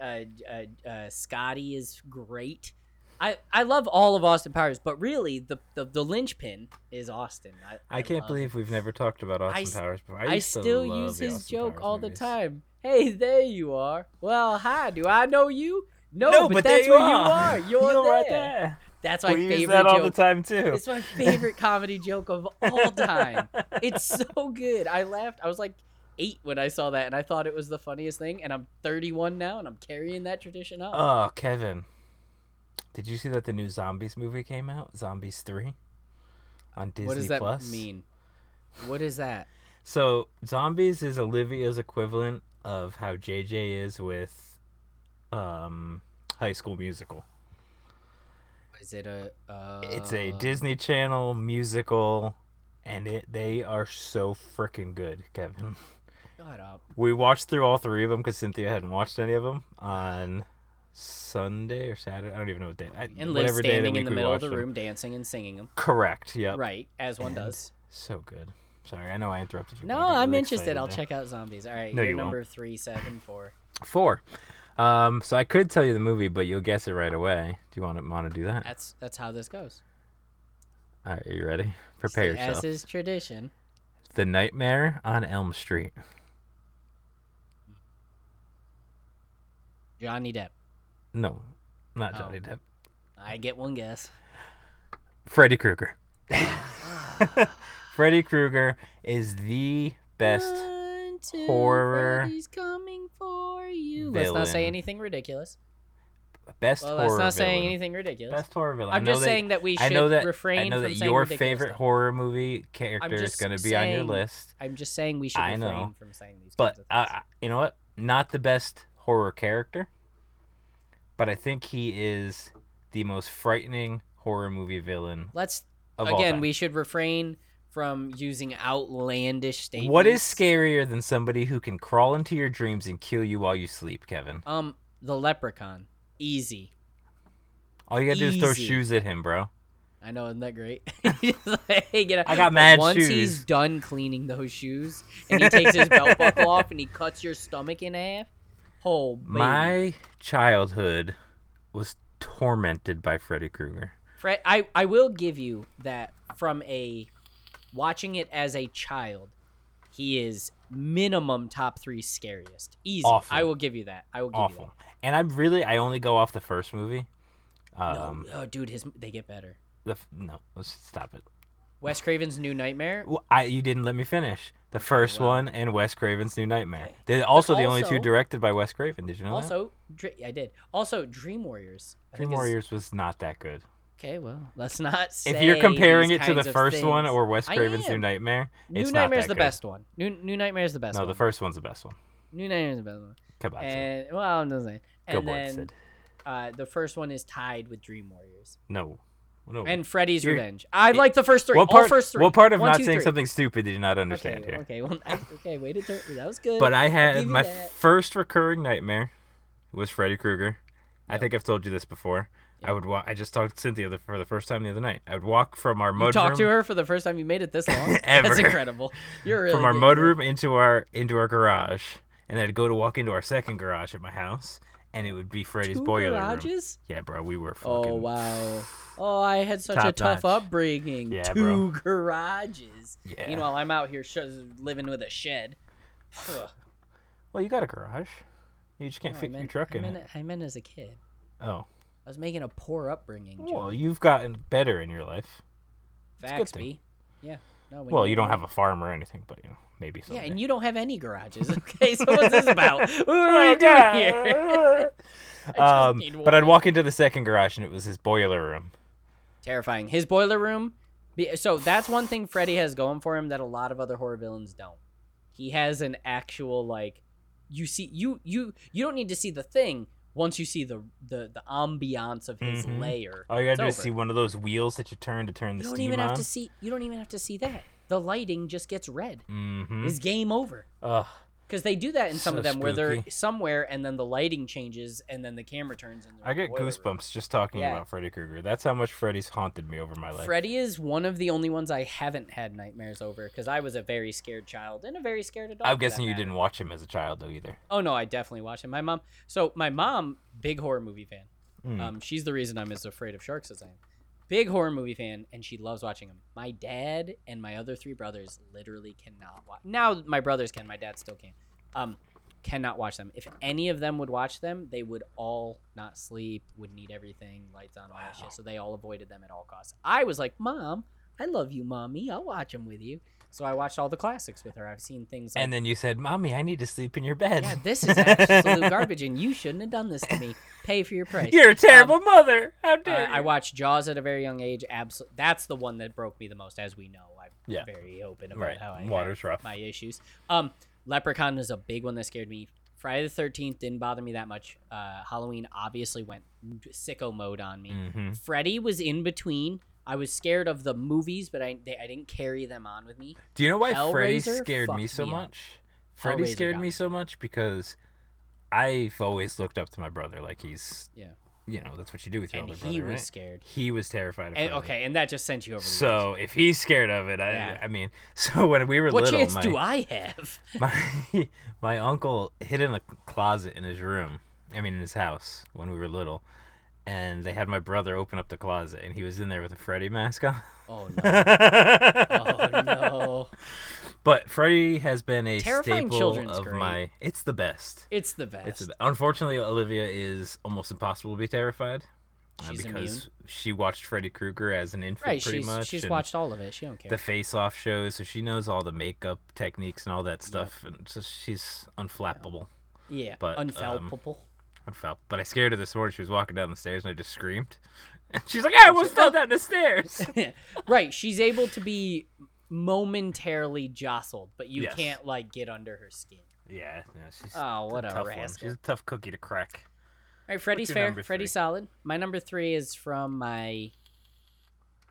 Uh, uh, uh, Scotty is great. I, I love all of Austin Powers, but really the the, the linchpin is Austin. I,
I can't
love him.
believe we've never talked about Austin
s-
Powers before.
I,
used to
still
love
use
the
his
Austin
joke
Powers
all
movies.
the time. Hey, there you are. Well, hi. Do I know you? No,
No,
but,
but there
that's
you
where
(laughs) are.
you are. You're,
You're
there.
right there.
That's my
we
favorite
use that all the
joke.
time too.
It's my favorite comedy joke
(laughs)
of all time. Oh. It's so good. I laughed. I was like eight when I saw that, and I thought it was the funniest thing. And I'm 31 now, and I'm carrying that tradition up.
Oh, Kevin. Did you see that the new Zombies movie came out? Zombies 3 on Disney
what does that
Plus.
mean? What is that?
So, Zombies is Olivia's equivalent of how JJ is with um High School Musical.
Is it a? Uh,
It's a Disney Channel musical and it they are so freaking good, Kevin. (laughs)
Shut up.
We watched through all three of them cuz Cynthia hadn't watched any of them on Sunday or Saturday. I don't even know what day. I-
And Liz
whatever day
standing
the
in the
week we
middle of
watched
the
'em.
room, dancing and singing them.
Correct. Yep.
Right, as one
And-
does.
So good. Sorry, I know I interrupted you. but I
No,
got
I'm
really
interested.
excited
I'll
there.
check out zombies. All right,
No,
your
you won't.
number three seven four.
Four. Um, so I could tell you the movie, but you'll guess it right away. Do you want to want to do that?
That's that's how this goes.
All right, are you ready? Prepare yourself.
As is tradition.
The Nightmare on Elm Street.
Johnny Depp.
No, not
Oh.
Johnny Depp.
I get one guess.
Freddy Krueger. (laughs) Freddy Krueger is the best.
One, two,
horror
Freddy's coming for you. Let's not say
villain.
anything ridiculous.
Best
Well,
horror.
let's not say
villain.
anything ridiculous.
Best horror villain. I
I'm
know
just
that-
saying that we should
I know that.
refrain
I know
from
that
saying
your
ridiculous
favorite
stuff.
horror movie character is
just
going to be on your
saying-
list,
I'm just saying we should
I
refrain
know,
from saying these.
but
kinds of
uh,
things.
uh, you know what? Not the best horror character, but I think he is the most frightening horror movie villain
let's
of all
again
time.
we should refrain from using outlandish statements.
What is scarier than somebody who can crawl into your dreams and kill you while you sleep, Kevin?
Um, the leprechaun. Easy.
All you gotta do is throw
Easy.
shoes at him, bro.
I know, isn't that
(laughs)
great? (laughs) He's like, "Hey, get out."
I got
But
mad
Once
shoes.
he's done cleaning those shoes, and he takes his belt buckle off and he cuts your stomach in half. Oh, baby.
My childhood was tormented by Freddy Krueger.
Fred, I I will give you that from a watching it as a child, he is minimum top three scariest. Easy.
Awful.
I will give you that. I will give you
Awful. And I'm really, I only go off the first movie.
that. No,
Um,
oh, dude, his they get better.
the f- no let's stop it.
Wes Craven's New Nightmare.
Well, I you didn't let me finish. The first
wow.
one and Wes Craven's New Nightmare.
Okay.
They're also the only two
also-
directed by Wes Craven. Did you know that?
Also, Dre- I did. Also, Dream Warriors. I
Dream
think is-
Warriors was not that good.
Okay, well, let's not. Say
If you're comparing
these
it to the
kinds of
first one
things.
or Wes
I
Craven's New
am.
Nightmare,
New
it's not
Nightmare's
that
the
good.
best one. New New Nightmare's the best.
no,
one.
the first one's the best one.
New Nightmare's the best one.
Come on, Sid.
And well, I'm just saying.
go
And
board,
then
Sid.
uh, the first one is tied with Dream Warriors
No, no.
and Freddy's
Oh. You're-
Revenge. I like the first three.
what
All
part?
first three.
What part of
One,
not
two,
saying
three.
something stupid did you not understand
okay,
here?
Okay, well, I, okay, wait a turn. That was good.
But I had
give you
my
that.
first recurring nightmare was Freddy Krueger. I
Yep.
think I've told you this before. I
Yep.
would walk. I just talked to Cynthia the, for the first time the other night. I would walk from our
you
mudroom
talked to her for the first time. You made it this long.
(laughs) Ever.
That's incredible. You're really
from our
getting it.
mudroom into our into our garage, and I'd go to walk into our second garage at my house, and it would be Freddy's
Two
boiler room.
garages.
Yeah, bro, we were fucking.
Oh wow. Oh, I had such a
Top
tough
notch.
upbringing.
Yeah,
Two
bro.
garages.
Yeah.
Meanwhile, I'm out here sh- living with a
(sighs)
shed. Ugh.
well, you got a garage. You just can't
No, I
fit your
meant-
truck
I
in
meant,
it.
I meant as a kid.
Oh,
I was making a poor upbringing. Joe.
well, you've gotten better in your life. a good
Facts,
thing.
B. Yeah. No, when
Well, you don't
grow
have a farm or anything, but you know, maybe (laughs)
up- Yeah,
someday.
and you don't have any garages. (laughs) Okay, so what's this
(laughs)
about? What
Oh
are
my
we doing here? (laughs)
God.
just
(laughs) um,
need
but I'd
one.
walk into the second garage and it was his boiler room.
Terrifying. His boiler room. be- So that's one thing Freddy has going for him that a lot of other horror villains don't. He has an actual like, you see, you you you don't need to see the thing once you see the the the ambiance of his
Mhm.
layer.
All you gotta
It's
do is
over.
see one of those wheels that you turn to turn the
You don't
steam
even
on.
have to see. You don't even have to see that. The lighting just gets red.
mm-hmm.
It's game over.
Ugh.
Because they do that in some
So
of them where they're
spooky.
somewhere and then the lighting changes and then the camera turns. And they're
I
in the
get
boiler room.
goosebumps just talking
Yeah.
about Freddy Krueger. That's how much Freddy's haunted me over my life.
Freddy is one of the only ones I haven't had nightmares over because I was a very scared child and a very scared adult.
I'm
for that
guessing you
matter.
didn't watch him as a child though either.
Oh no, I definitely watched it. My mom. So my mom, big horror movie fan.
Mm.
Um, she's the reason I'm as afraid of sharks as I am. Big horror movie fan, and she loves watching them. My dad and my other three brothers literally cannot watch. Now my brothers can, my dad still can't. Um, cannot watch them. If any of them would watch them, they would all not sleep, would need everything, lights on, all that
Wow.
shit. So they all avoided them at all costs. I was like, Mom, I love you, mommy. I'll watch them with you. So I watched all the classics with her. I've seen things like
and then you said, "Mommy, I need to sleep in your bed."
yeah,
(laughs)
this is absolute garbage, and you shouldn't have done this to me. Pay for your price.
You're a terrible
Um,
mother. How
uh,
dare
I
you?
watched Jaws at a very young age. Absolutely, that's the one that broke me the most, as we know. I'm
Yeah.
very open about
right.
how I had
Water's rough.
my issues. Um, Leprechaun was a big one that scared me. Friday the Thirteenth didn't bother me that much. Uh, Halloween obviously went sicko mode on me.
Mm-hmm.
Freddy was in between. I was scared of the movies, but I they, I didn't carry them on with me.
Do you know why Freddy
Hellraiser
scared me
fucked
so
me up.
much? Freddy
Hellraiser
scared
got
me
me.
so much because I've always looked up to my brother like he's
Yeah.
You know, that's what you do with your
and
older
he
brother,
was
right?
scared.
He was terrified of
And,
Freddy.
okay, and that just sent you over. The edge.
So if he's scared of it, I,
Yeah.
I mean, (laughs) so when we were
what
little,
chance
(laughs) my,
do I have? (laughs)
my my uncle hid in a closet in his room I mean, in his house when we were little, and they had my brother open up the closet, and he was in there with a Freddy mask on.
Oh no.
oh
Oh
(laughs)
no. (laughs)
But Freddy has been a
Terrifying
staple
children's
of
great.
my. It's the best.
It's the best.
It's the be- unfortunately Olivia is almost impossible to be terrified uh,
She's
because she watched Freddy Krueger as an infant
right,
pretty
she's
much.
she's
and
watched all of it. She don't care.
the face-off shows, so she knows all the makeup techniques and all that stuff, and so she's unflappable.
yeah,
but, um, (laughs)
unfalpable.
Unflappable. But I scared her this morning. She was walking down the stairs, and I just screamed. (laughs) And she's like, "I almost fell down
(laughs)
the stairs."
right, she's able to be momentarily jostled, but you
Yes.
can't like get under her skin.
yeah, no, she's
Oh, what a,
tough one.
rascal!
She's a tough cookie to crack.
All right, Freddy's
your
fair.
number
Freddy's
three?
solid. My number three is from my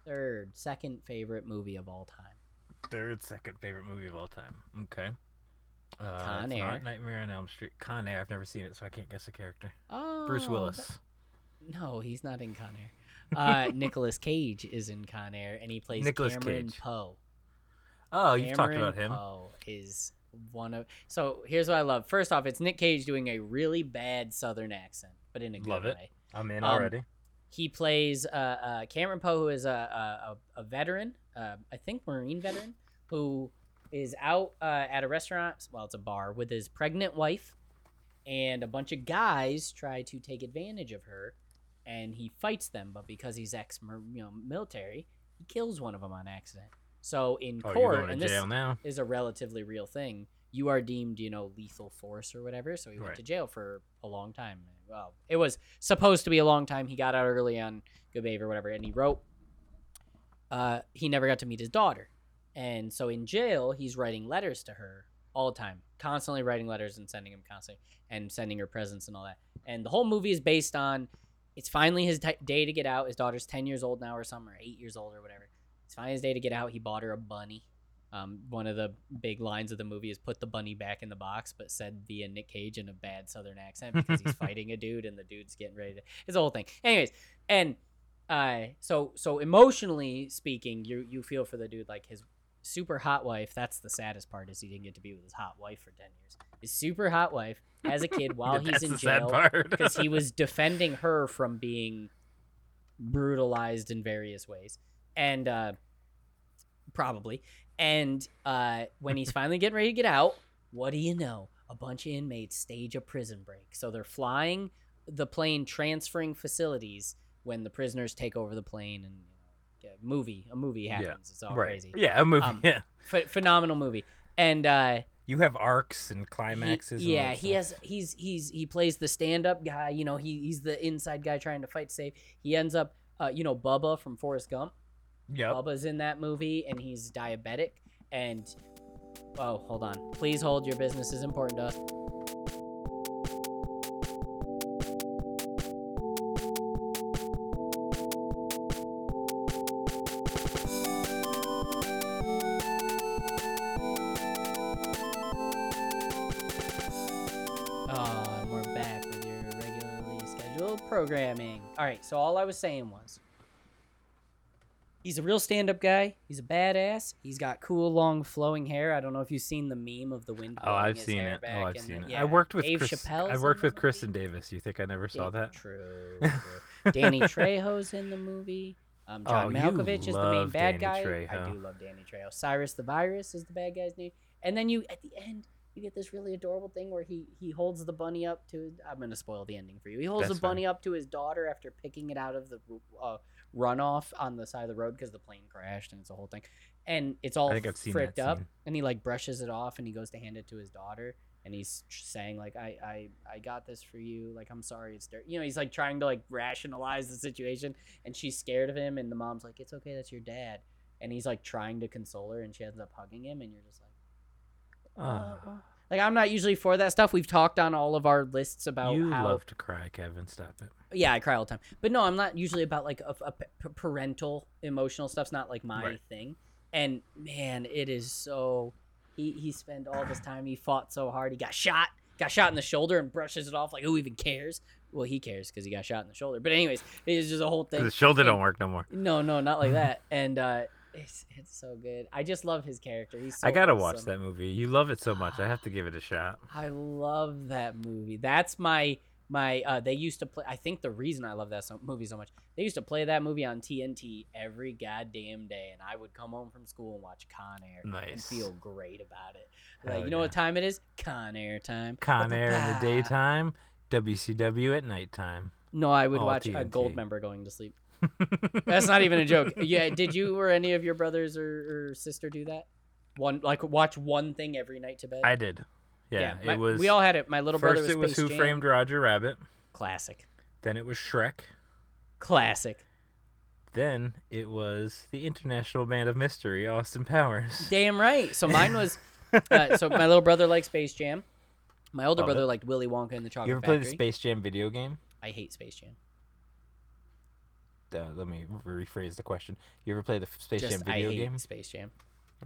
third, second favorite movie of all time.
Third, second favorite movie of all time. Okay. Uh,
Con
it's
Air.
Not Nightmare on Elm Street. Con Air. I've never seen it, so I can't guess the character.
Oh,
Bruce
th-
Willis.
no, he's not in Con Air.
(laughs)
Uh, Nicholas Cage is in Con Air, and he plays
Nicolas
Cameron
Cage.
Poe.
Oh, you've talked
Cameron
about him.
Poe is one of so. Here's what I love. First off, it's Nick Cage doing a really bad Southern accent, but in a good
Love it.
way.
I'm in
um,
already.
He plays uh, uh, Cameron Poe, who is a a, a, a veteran, uh, I think Marine veteran, who is out uh, at a restaurant. Well, it's a bar with his pregnant wife, and a bunch of guys try to take advantage of her, and he fights them. But because he's ex you know, military, he kills one of them on accident. So in
Oh, you're
court,
going
and
to
this
jail now. (laughs)
is a relatively real thing. You are deemed, you know, lethal force or whatever. So he went
Right.
to jail for a long time. Well, it was supposed to be a long time. He got out early on good behavior or whatever, and he wrote. Uh, he never got to meet his daughter, and so in jail he's writing letters to her all the time, constantly writing letters and sending them constantly, and sending her presents and all that. And the whole movie is based on. It's finally his t- day to get out. His daughter's ten years old now, or something, or eight years old, or whatever. It's finally his day to get out. He bought her a bunny. Um, one of the big lines of the movie is put the bunny back in the box, but said via Nick Cage in a bad Southern accent because he's fighting a dude and the dude's getting ready to. It's a whole thing. Anyways, and uh, so so emotionally speaking, you you feel for the dude like his super hot wife. That's the saddest part is he didn't get to be with his hot wife for ten years. His super hot wife has a
(laughs)
kid while
Yeah,
he's
That's
in
the
jail
sad part.
because
(laughs)
he was defending her from being brutalized in various ways and uh probably and uh when he's finally getting ready to get out what do you know a bunch of inmates stage a prison break so they're flying the plane transferring facilities when the prisoners take over the plane and you know, a movie a movie
Yeah.
happens it's all
right.
crazy
Yeah, a movie.
Um,
(laughs) yeah.
Ph- phenomenal movie and uh
You have arcs and
he-
climaxes. and all
yeah,
that
he
stuff.
has. He's he's he plays the stand-up guy. You know, he he's the inside guy trying to fight safe. He ends up, uh, you know, Bubba from Forrest Gump.
Yep.
Bubba's in that movie, and he's diabetic. And oh, hold on, please hold. Your business is important to us. Oh, and we're back with your regularly scheduled programming. All right, so all I was saying was he's a real stand up guy. He's a badass. He's got cool, long, flowing hair. I don't know if you've seen the meme of the wind.
Oh,
blowing
I've
his
seen
hair
it.
back
Oh, I've
and
seen
the-
it.
yeah.
I worked with
Dave
Chris.
Chappelle's
I
in
worked
the
with Kristen
movie.
Davis. You think I never
Yeah,
saw that? (laughs)
True. true. Danny Trejo's in the movie. Um, John
Oh, you
Malkovich is the main
love
bad guy.
Danny
I
Trejo.
do love Danny Trejo. Cyrus the Virus is the bad guy's name. And then you, at the end, you get this really adorable thing where he he holds the bunny up to. I'm gonna spoil the ending for you. He holds
That's
the bunny up to his daughter after picking it out of the uh, runoff on the side of the road because the plane crashed and it's a whole thing. And it's all
I think I've seen that
fricked up.
scene.
And he like brushes it off and he goes to hand it to his daughter and he's tr- saying like I I I got this for you. Like I'm sorry it's dirty. You know he's like trying to like rationalize the situation and she's scared of him and the mom's like it's okay that's your dad and he's like trying to console her and she ends up hugging him and you're just like.
Ah.
"Uh, uh." Like I'm not usually for that stuff. We've talked on all of our lists about
you
how
love to cry, Kevin. Stop it.
yeah, I cry all the time. But no, I'm not usually about like a, a p- parental emotional stuff's not like my
Right.
thing. And man, it is so he he spent all this time he fought so hard. He got shot, got shot in the shoulder and brushes it off like who even cares? Well, he cares cuz he got shot in the shoulder. But anyways, it is just a whole thing.
The shoulder
and-
don't work no more.
No, no, not
(laughs)
like that. And uh it's, it's so good. I just love his character. He's so
I gotta watch
awesome. (sighs)
that movie. You love it so much. I have to give it a shot.
I love that movie. That's my my uh, they used to play. I think the reason I love that so, movie so much, they used to play that movie on TNT every goddamn day, and I would come home from school and watch Con Air and
Nice.
feel great about it.
Hell
Like you know
yeah.
what time it is? Con Air time.
Con Air in the
Ba-ba-ba.
daytime, WCW at nighttime.
No, I would
All
watch a
TNT.
gold member going to
(laughs)
sleep. That's not even a joke. Yeah, did you or any of your brothers or, or sister do that? One like watch one thing every night to bed.
I did. Yeah,
my-
it was.
We all had it. My little brother
first.
was
It was
Space
Who
Jam.
Framed Roger Rabbit.
Classic,
Then it was Shrek.
classic.
Then it was the International Man of Mystery, Austin Powers.
Damn right. So mine
(laughs)
was. Uh, so my little brother liked Space Jam. My older
Love
brother
it.
liked Willy Wonka and the Chocolate
You ever
Factory.
played the Space Jam video game?
I hate Space Jam.
Uh, let me rephrase the question. You ever play the Space
Just
Jam
I
video
hate
game?
Space Jam.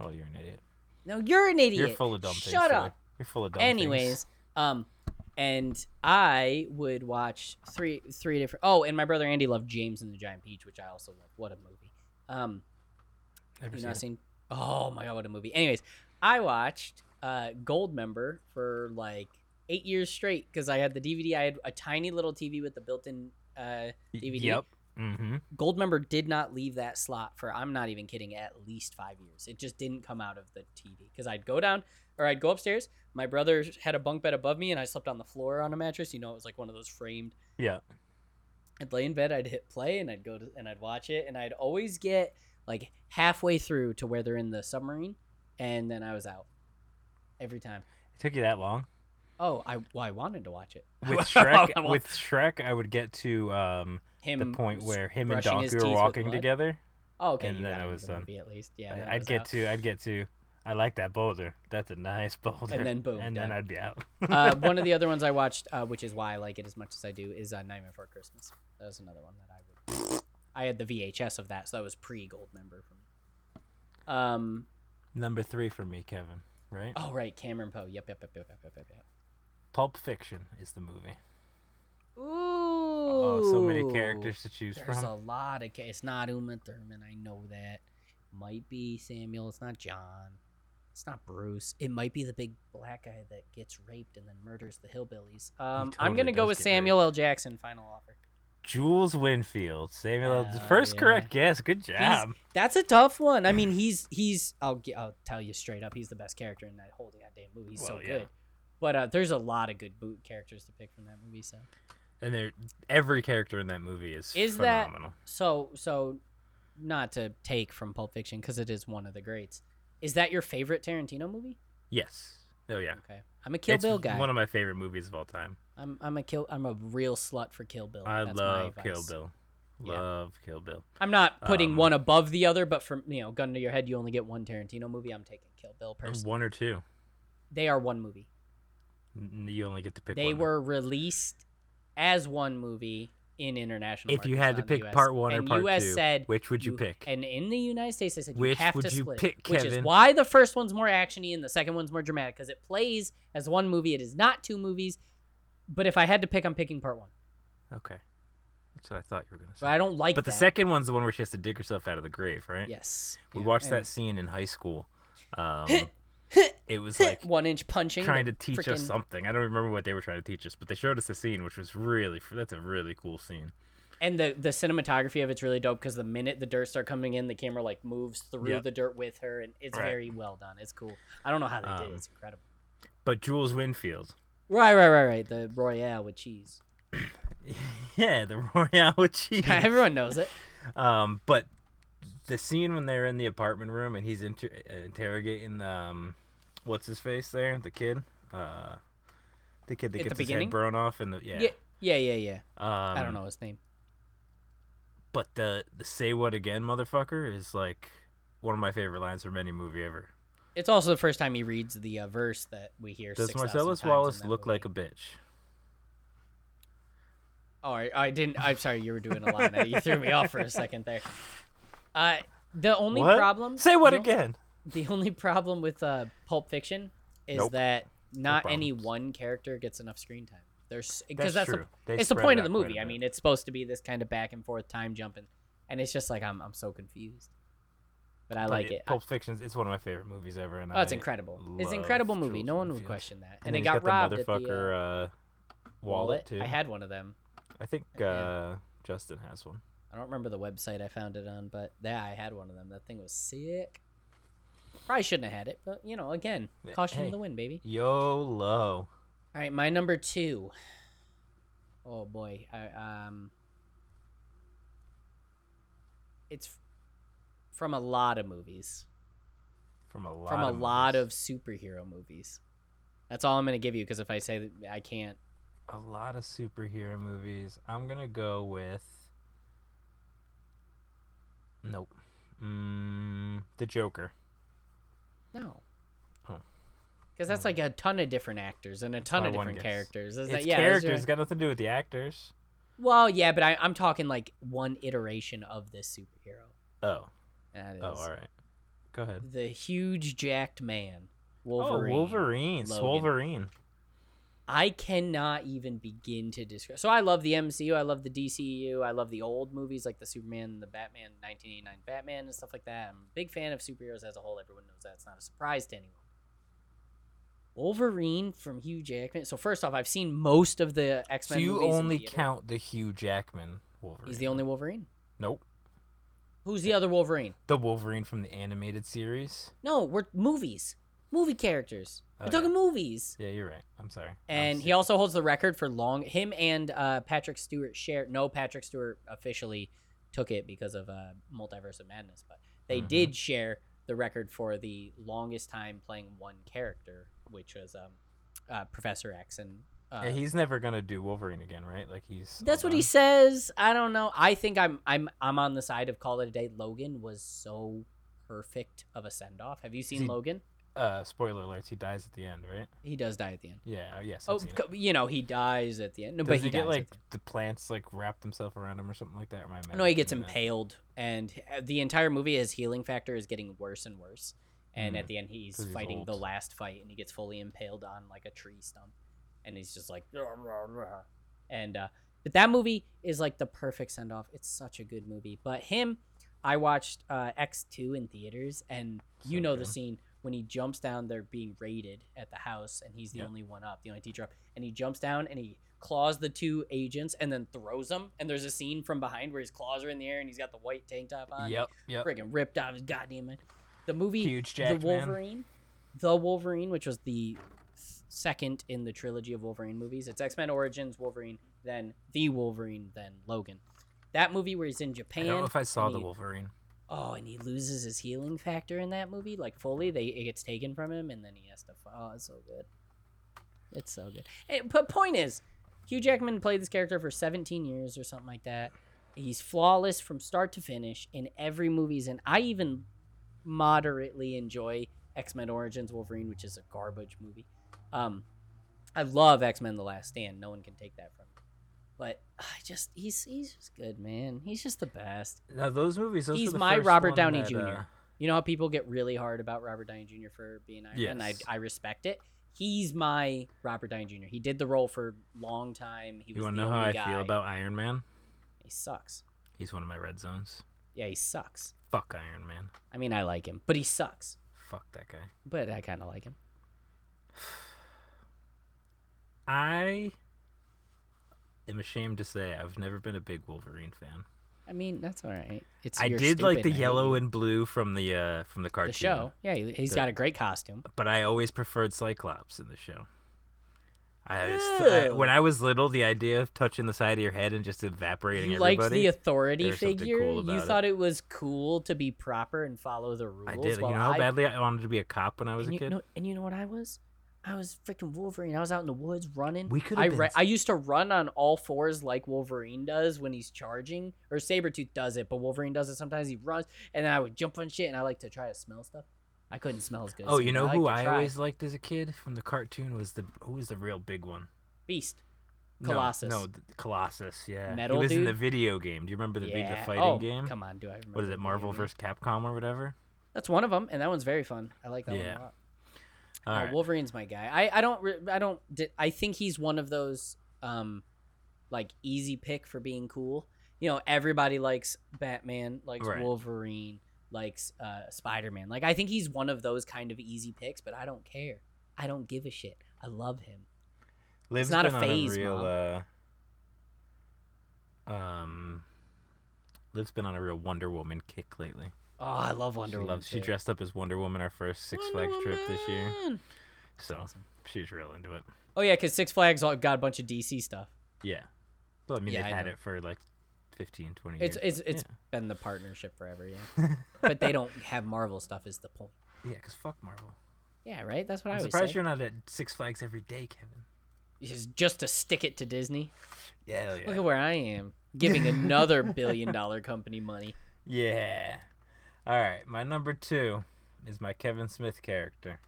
Oh, you're an idiot.
No, you're an idiot.
You're full of dumb things.
Shut
Taylor.
up.
You're full of dumb things.
Anyways, um, and I would watch three three different. Oh, and my brother Andy loved James and the Giant Peach, which I also love. What a movie. Um,
Never
you
seen
not
it.
seen? Oh my god, what a movie! Anyways, I watched uh, Gold Member for like eight years straight because I had the DVD. I had a tiny little TV with the built-in. Uh,
Y-
DVD.
Yep. Mm-hmm.
Gold Member did not leave that slot for. I'm not even kidding. At least five years. It just didn't come out of the TV because I'd go down or I'd go upstairs. My brother had a bunk bed above me, and I slept on the floor on a mattress. You know, it was like one of those framed
Yeah.
I'd lay in bed, I'd hit play, and I'd go to and I'd watch it, and I'd always get like halfway through to where they're in the submarine, and then I was out every time.
It took you that long.
Oh, I well, I wanted to watch it (laughs)
With Shrek, with Shrek, I would get to um,
him
the point where him and
brushing his
Donkey
teeth
were
with
walking
blood?
together.
oh okay,
and
you
then
got
I
me
was
the
done.
movie at least yeah
I-
then I
I'd
was
get
out.
to. (laughs) I'd get to. I like that boulder. That's a nice (laughs) boulder.
then boom,
And
done.
then I'd be out.
uh,
(laughs)
one of the other ones I watched, uh, which is why I like it as much as I do, is uh, Nightmare Before Christmas. That was another one that I would. I had the VHS of that, so that was pre Gold Member for me. Um,
Number three for me, Kevin. Right?
oh right, Cameron Poe. Yep, yep, yep, yep, yep, yep, yep. yep.
Pulp Fiction is the movie.
Ooh.
Oh, so many characters to choose
There's
from.
a lot of. ca- It's not Uma Thurman. I know that. Might be Samuel. It's not John. It's not Bruce. It might be the big black guy that gets raped and then murders the hillbillies. Um, I'm
totally
gonna go
does
with
get
Samuel L. Jackson. Final offer.
Jules Winfield, Samuel. L.
Oh,
First
yeah.
correct guess. Good job.
That's a tough one. I mean, he's he's. I'll gi- I'll tell you straight up. He's the best character in that whole goddamn movie. He's so
Well, yeah.
good. But uh, there's a lot of good boot characters to pick from that movie. So
And there, every character in that movie is
Is that-
phenomenal.
So, so not to take from Pulp Fiction because it is one of the greats. Is that your favorite Tarantino movie?
Yes. Oh yeah.
Okay, I'm a Kill
It's
Bill guy.
One of my favorite movies of all time.
I'm I'm a kill. I'm a real slut for Kill Bill.
I
That's my
love Kill
advice.
Bill.
Yeah.
Love Kill Bill.
I'm not putting
Um,
one above the other, but from you know, gun to your head, you only get one Tarantino movie. I'm taking Kill Bill personally.
One or two.
They are one movie.
N- You only get to pick.
they
one.
were released as one movie in international.
If you
markets,
had to
not the
pick
US.
part one or
And
part
US
two,
said
which would you, pick?
And in the United States, they said you
Which
have
would
to
you
split,
pick,
which is
Kevin?
why the first one's more actiony and the second one's more dramatic because it plays as one movie. It is not two movies. But if I had to pick, I'm picking part one.
Okay, that's what I thought you were gonna say.
But I don't like.
but the
that.
second one's the one where she has to dig herself out of the grave, right?
yes,
We
Yeah.
watched
And (laughs)
that scene in high school. Um, it was like
one inch punching,
trying to
but
teach us
frickin'
something. I don't remember what they were trying to teach us, but they showed us a scene, which was really fr- that's a really cool scene.
And the the cinematography of it's really dope because the minute the dirt start coming in, the camera like moves through
Yeah.
the dirt with her, and it's
Right.
very well done. It's cool. I don't know how they did
Um,
it. It's incredible.
But Jules Winfield, (laughs)
Right, right, right, right. The Royale with cheese.
yeah, the Royale (laughs) with cheese.
(laughs) Everyone knows it.
Um, but the scene when they're in the apartment room and he's inter- uh, interrogating um, what's his face there, the kid, uh, the kid that
At the
gets his
beginning?
head blown off, and the yeah,
Yeah, yeah, yeah, yeah.
Um,
I don't know his name.
But the, the say what again, motherfucker, is like one of my favorite lines from any movie ever.
It's also the first time he reads the uh, verse that we hear.
Does
6,000
Marcellus
times in
Wallace
that
look
movie.
like a bitch?
Oh, I, I didn't. I'm sorry, you were doing a line. that- you threw me off for a second there. Uh, the only
What?
problem.
Say what
the-
again?
The only problem with uh, Pulp Fiction is
Nope.
that not
problem.
any one character gets enough screen time. There's
That's
because that's,
true.
the,
They
it's the
spread
point
it
of the
out quite a
movie. I
bit.
mean, it's supposed to be this kind of back and forth time jumping, and it's just like I'm I'm so confused. But I
But
like
it-
it. I-
Pulp Fiction's it's one of my favorite movies ever, and
Oh, it's
I-
incredible. It's an
love
incredible movie.
Jules
No one would
Winfield.
question that.
And
And, it
then
got
he's
robbed
the
at the, uh,
motherfucker. uh, wallet, too.
I had one of them.
I think
Yeah.
uh, Justin has one.
I don't remember the website I found it on, but yeah, I had one of them. That thing was sick. Probably shouldn't have had it, but you know, again,
Yeah,
caution
hey.
to the wind, baby. All
YOLO.
right, my number two. Oh boy, I, um, it's f- from a lot of movies,
From a lot
from a
of
lot
movies.
of superhero movies. That's all I'm gonna give you because if I say that I can't,
a lot of superhero movies. I'm gonna go with. Nope. Mm, the Joker.
no.
Oh.
Because that's like a ton of different actors and a ton
my
of
one
different
guess.
characters. Is
It's
that, yeah, those are-
characters got nothing to do with the actors.
Well, yeah, but I, I'm talking like one iteration of this superhero.
Oh.
That is
Oh, all right. Go ahead.
the huge jacked man,
Wolverine.
Wolverine.
Oh, Wolverine.
Logan.
Wolverine.
I cannot even begin to describe. So I love the MCU. I love the DCU. I love the old movies like the Superman, the Batman, 1989 Batman, and stuff like that. I'm a big fan of superheroes as a whole. Everyone knows that. It's not a surprise to anyone. Wolverine from Hugh Jackman. So first off, I've seen most of the X
So
Men.
you only count the Hugh Jackman Wolverine.
He's the only Wolverine.
Nope.
Who's the other Wolverine?
The Wolverine from the animated series.
No, we're movies, movie characters.
Oh,
we're talking movies.
Yeah, you're right. I'm sorry. I'm
And he
stupid.
also holds the record for long. Him and uh, Patrick Stewart share. No, Patrick Stewart officially took it because of uh, Multiverse of Madness, but they
Mhm.
did share the record for the longest time playing one character, which was um, uh, Professor X. And uh,
Yeah, he's never gonna do Wolverine again, right? Like he's.
that's what he
he's.
says. I don't know. I think I'm I'm I'm on the side of call it a day. Logan was so perfect of a send off. Have you seen
he-
Logan?
Uh, spoiler alerts. He dies at the end, right?
He does die at the end.
Yeah. Yes. I've
Oh,
seen it.
co- you know he dies at the end. No,
Does
but
he,
he,
get
dies at
like
the end.
the plants like wrap themselves around him or something like that? Or am I
No, he
imagining
gets
that?
impaled, and uh, the entire movie, his healing factor is getting worse and worse. And
Hmm,
at the end, he's
'cause he's
fighting the
old.
last fight, and he gets fully impaled on like a tree stump, and he's just like, "Rah, rah, rah." and uh, but that movie is like the perfect send off. It's such a good movie. But him, I watched uh, X two in theaters, and you
So
know the
good.
scene when he jumps down. They're being raided at the house, and he's the
Yeah.
only one up, the only teacher up, and he jumps down and he claws the two agents and then throws them. And there's a scene from behind where his claws are in the air and he's got the white tank top on.
Yep. Yep.
Friggin' ripped out his goddamn mind. The movie,
Huge Jackman.
the Wolverine, the Wolverine, which was the second in the trilogy of Wolverine movies. It's X Men Origins, Wolverine, then the Wolverine, then Logan. That movie where he's in
I
Japan.
don't know if I saw
and
the
he-
Wolverine.
Oh, and he loses his healing factor in that movie, like fully. They it gets taken from him, and then he has to. f- Oh, it's so good. It's so good. Eh, but point is, Hugh Jackman played this character for 17 years or something like that. He's flawless from start to finish in every movie he's in. I even moderately enjoy X Men Origins Wolverine, which is a garbage movie. Um, I love X Men: The Last Stand. No one can take that from me. But I just he's he's just good, man. He's just the best.
Now those movies. Those were
He's
the
my
first
Robert
one
Downey
that,
Jr..
uh,
You know how people get really hard about Robert Downey Jr. for being Iron Man. I
Yes.
I respect it. He's my Robert Downey Jr. He did the role for a long time. He
you
was
want
the
to know how
only
I
guy.
feel about Iron Man?
He sucks.
He's one of my red zones.
Yeah, he sucks.
Fuck Iron Man.
I mean, I like him, but he sucks.
Fuck that guy.
But I kind of like him.
I am ashamed to say I've never been a big Wolverine fan.
I mean, that's all right. It's
I
you're
did like
stupid, I
the
hate
yellow
you.
and blue from the uh from the cartoon.
the show. Yeah, he, has
The-
got a great costume.
but I always preferred Cyclops in the show. I, just, I-
Ew.
when I was little, the idea of touching the side of your head and just evaporating
You liked
everybody.
the authority
there's something
figure.
cool
you
about it.
thought it was cool to be proper and follow the rules.
I did.
while
you know how
I
badly I wanted to be a cop when I was
and
a
you,
kid.
Know, and you know what I was? I was freaking Wolverine. I was out in the woods running.
We could
I
have been
ra-
s-
I used to run on all fours like Wolverine does when he's charging, or Sabretooth does it, but Wolverine does it sometimes. He runs, and then I would jump on shit, and I like to try to smell stuff. I couldn't smell as good. as
oh,
him,
you
but
know
I
who
liked to
I
try.
always liked as a kid from the cartoon was the who was the real big one.
beast.
No,
Colossus.
No, th- Colossus. Yeah,
Metal
he was in the
dude?
video game. Do you remember the, video
yeah.
fighting
oh,
game?
Come on, do I remember?
What is
the
it,
video
Marvel
game?
vs. Capcom or whatever?
That's one of them, and that one's very fun. I like that one a
Yeah.
lot.
All
No,
right.
Uh, Wolverine's my guy. I, I don't re- I don't di- I think he's one of those um like easy pick for being cool. You know, everybody likes Batman, likes
Right.
Wolverine, likes uh Spider-Man. Like I think he's one of those kind of easy picks, but I don't care. I don't give a shit. I love him.
Liv's
not a
been
phase,
on a real, uh, um, Liv's been on a real Wonder Woman kick lately.
Oh, I love Wonder
she
Woman.
loves. She
too.
dressed up as Wonder Woman our first Six
Wonder
Flags trip this year,
Woman!
so she's real into it.
Oh yeah, because Six Flags all- got a bunch of DC stuff.
Yeah. Well, I mean,
Yeah,
they've
I
had
know.
it for like 15, 20
It's
years.
it's it's
Yeah.
been the partnership forever, (laughs) yeah. but they don't have Marvel stuff. Is the point?
Yeah, because fuck Marvel.
Yeah, right. That's what i
I'm
always
surprised
say.
you're not at Six Flags every day, Kevin.
Is Just to stick it to Disney.
Yeah, hell yeah.
Look at where I am, giving another billion dollar company
(laughs)
money.
Yeah. All right, my number two is my Kevin Smith character.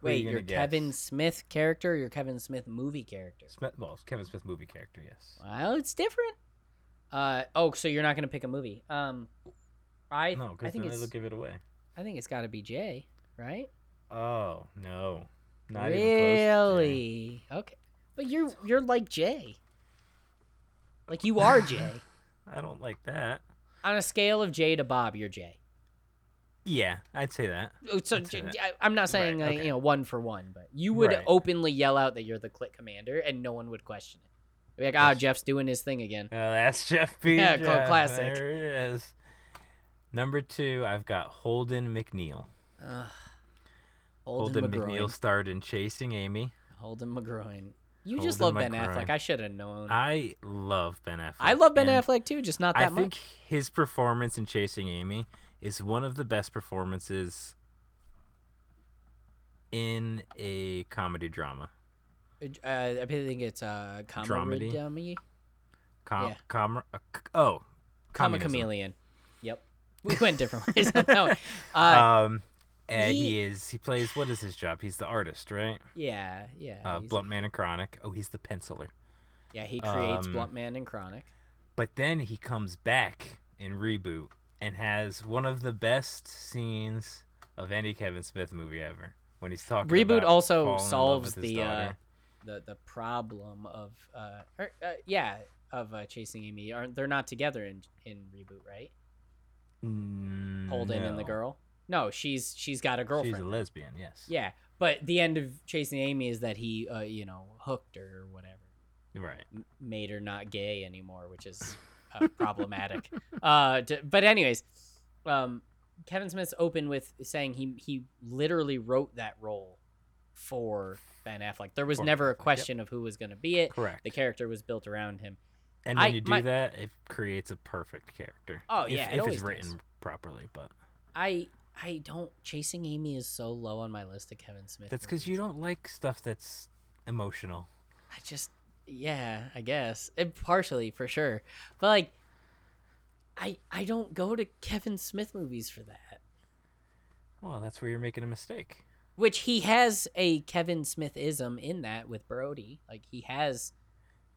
Who are
Wait,
you
your
gonna guess?
Kevin Smith character, or your Kevin Smith movie character?
Smith, well, it's Kevin Smith movie character, yes.
Well, it's different. Uh oh, so you're not gonna pick a movie? Um, I
No,
I
because
think
then
it's
it'll give it away.
I think it's got to be Jay, right?
Oh no, not even close to Jay.
really? okay, but you're you're like Jay. Like you are Jay.
(laughs) I don't like that.
On a scale of Jay to Bob, you're Jay.
Yeah, I'd
(laughs)
say that.
Oh, So
I'd say
J-
that.
I- I'm not saying
Right,
like,
okay.
you know one for one, but you would
Right.
openly yell out that you're the click commander, and no one would question it. They'd Be like, ah,
That's-
Jeff's doing his thing again.
Oh, that's Jeff B.
Yeah, cl-
Jeff.
classic.
There it is. Number two, I've got Holden McNeil.
Ugh. Holden,
Holden,
McGroin.
McNeil starred in Chasing Amy.
Holden McGroin. You just love
Holden
Ben
McGroin.
Affleck. I should have known. I,
I love Ben Affleck.
love Ben
and
Affleck too, just not
I
that
think
much.
his performance in Chasing Amy is one of the best performances in a comedy drama.
Uh, I think it's uh, comedy.
Dramedy?
Dummy.
Com-
Yeah.
com- uh, c-
I'm
oh,
a
communism.
chameleon. Yep.
(laughs)
We went different ways on that one. Uh,
Um, and he,
He-
is he plays what is his job? He's the artist, right?
yeah, yeah.
Uh,
he's-
Blunt Man and Chronic. Oh, he's the penciler.
yeah, he creates
um,
Blunt Man and Chronic.
But then he comes back in reboot and has one of the best scenes of any Kevin Smith movie ever. When he's talking
Reboot
about falling in
also
love
solves
with his
the uh,
daughter.
the the problem of uh, er, uh yeah of uh, chasing Amy. Aren't they're not together in in reboot, right?
Mm,
Holden and the
no.
girl. No, she's she's got a girlfriend.
She's a lesbian, yes.
Yeah, but the end of Chasing Amy is that he, uh, you know, hooked her or whatever,
Right.
m- made her not gay anymore, which is
(laughs)
uh, problematic. Uh, d- but anyways, um, Kevin Smith's open with saying he he literally wrote that role for Ben Affleck. There was
For
never
Ben
a
Affleck, yep.
question of who was going to be it.
Correct.
The character was built around him.
and when
I-
you do
my-
that, it creates a perfect character.
Oh,
if,
yeah, it
If
always
it's
does.
written properly, but
I I don't Chasing Amy is so low on my list of Kevin Smith.
that's because
movies.
you don't like stuff that's emotional.
I just, yeah, I guess it, partially for sure, but like, I I don't go to Kevin Smith movies for that.
Well, that's where you're making a mistake.
Which he has a Kevin Smithism in that with Brody. Like he has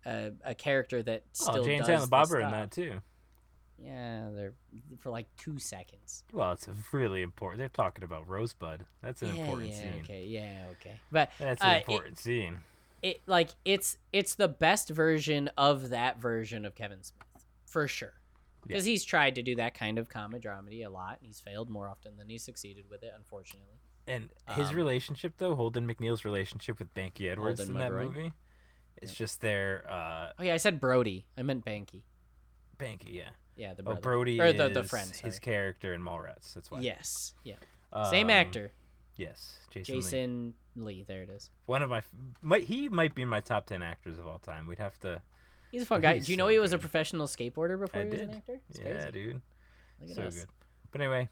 a, a character that still
oh, Jane
does
Silent
the
Bob are in
stuff.
that too.
Yeah, they're for like two seconds.
Well, it's a really important. They're talking about Rosebud. That's an
yeah,
important
yeah,
scene.
okay, yeah, okay. But
That's
Uh,
an
it-
important scene.
it like it's it's the best version of that version of Kevin Smith for sure because he's tried to do that kind of comedy dramedy a lot and he's failed more often than he succeeded with it unfortunately
And his
um,
relationship, though, Holden McNeil's relationship with Banky Edwards
Holden
in that
McGroin.
movie, it's
Yep.
just their uh,
oh yeah I said Brody I meant Banky
Banky, yeah.
yeah the
Oh,
brother
Brody
Or
is
the- the friend, sorry.
his character in Mallrats. That's why.
yes yeah same
Um,
actor
Yes, Jason. Lee.
Jason Lee there it is
One of my, f- might he might be my top ten actors of all time. We'd have to.
he's a fun
Oh,
guy
he's
do you know
so
he was a
good.
professional skateboarder before
I
he was an
did.
actor It's
yeah,
crazy.
dude,
Look at
so
us.
good. But anyway,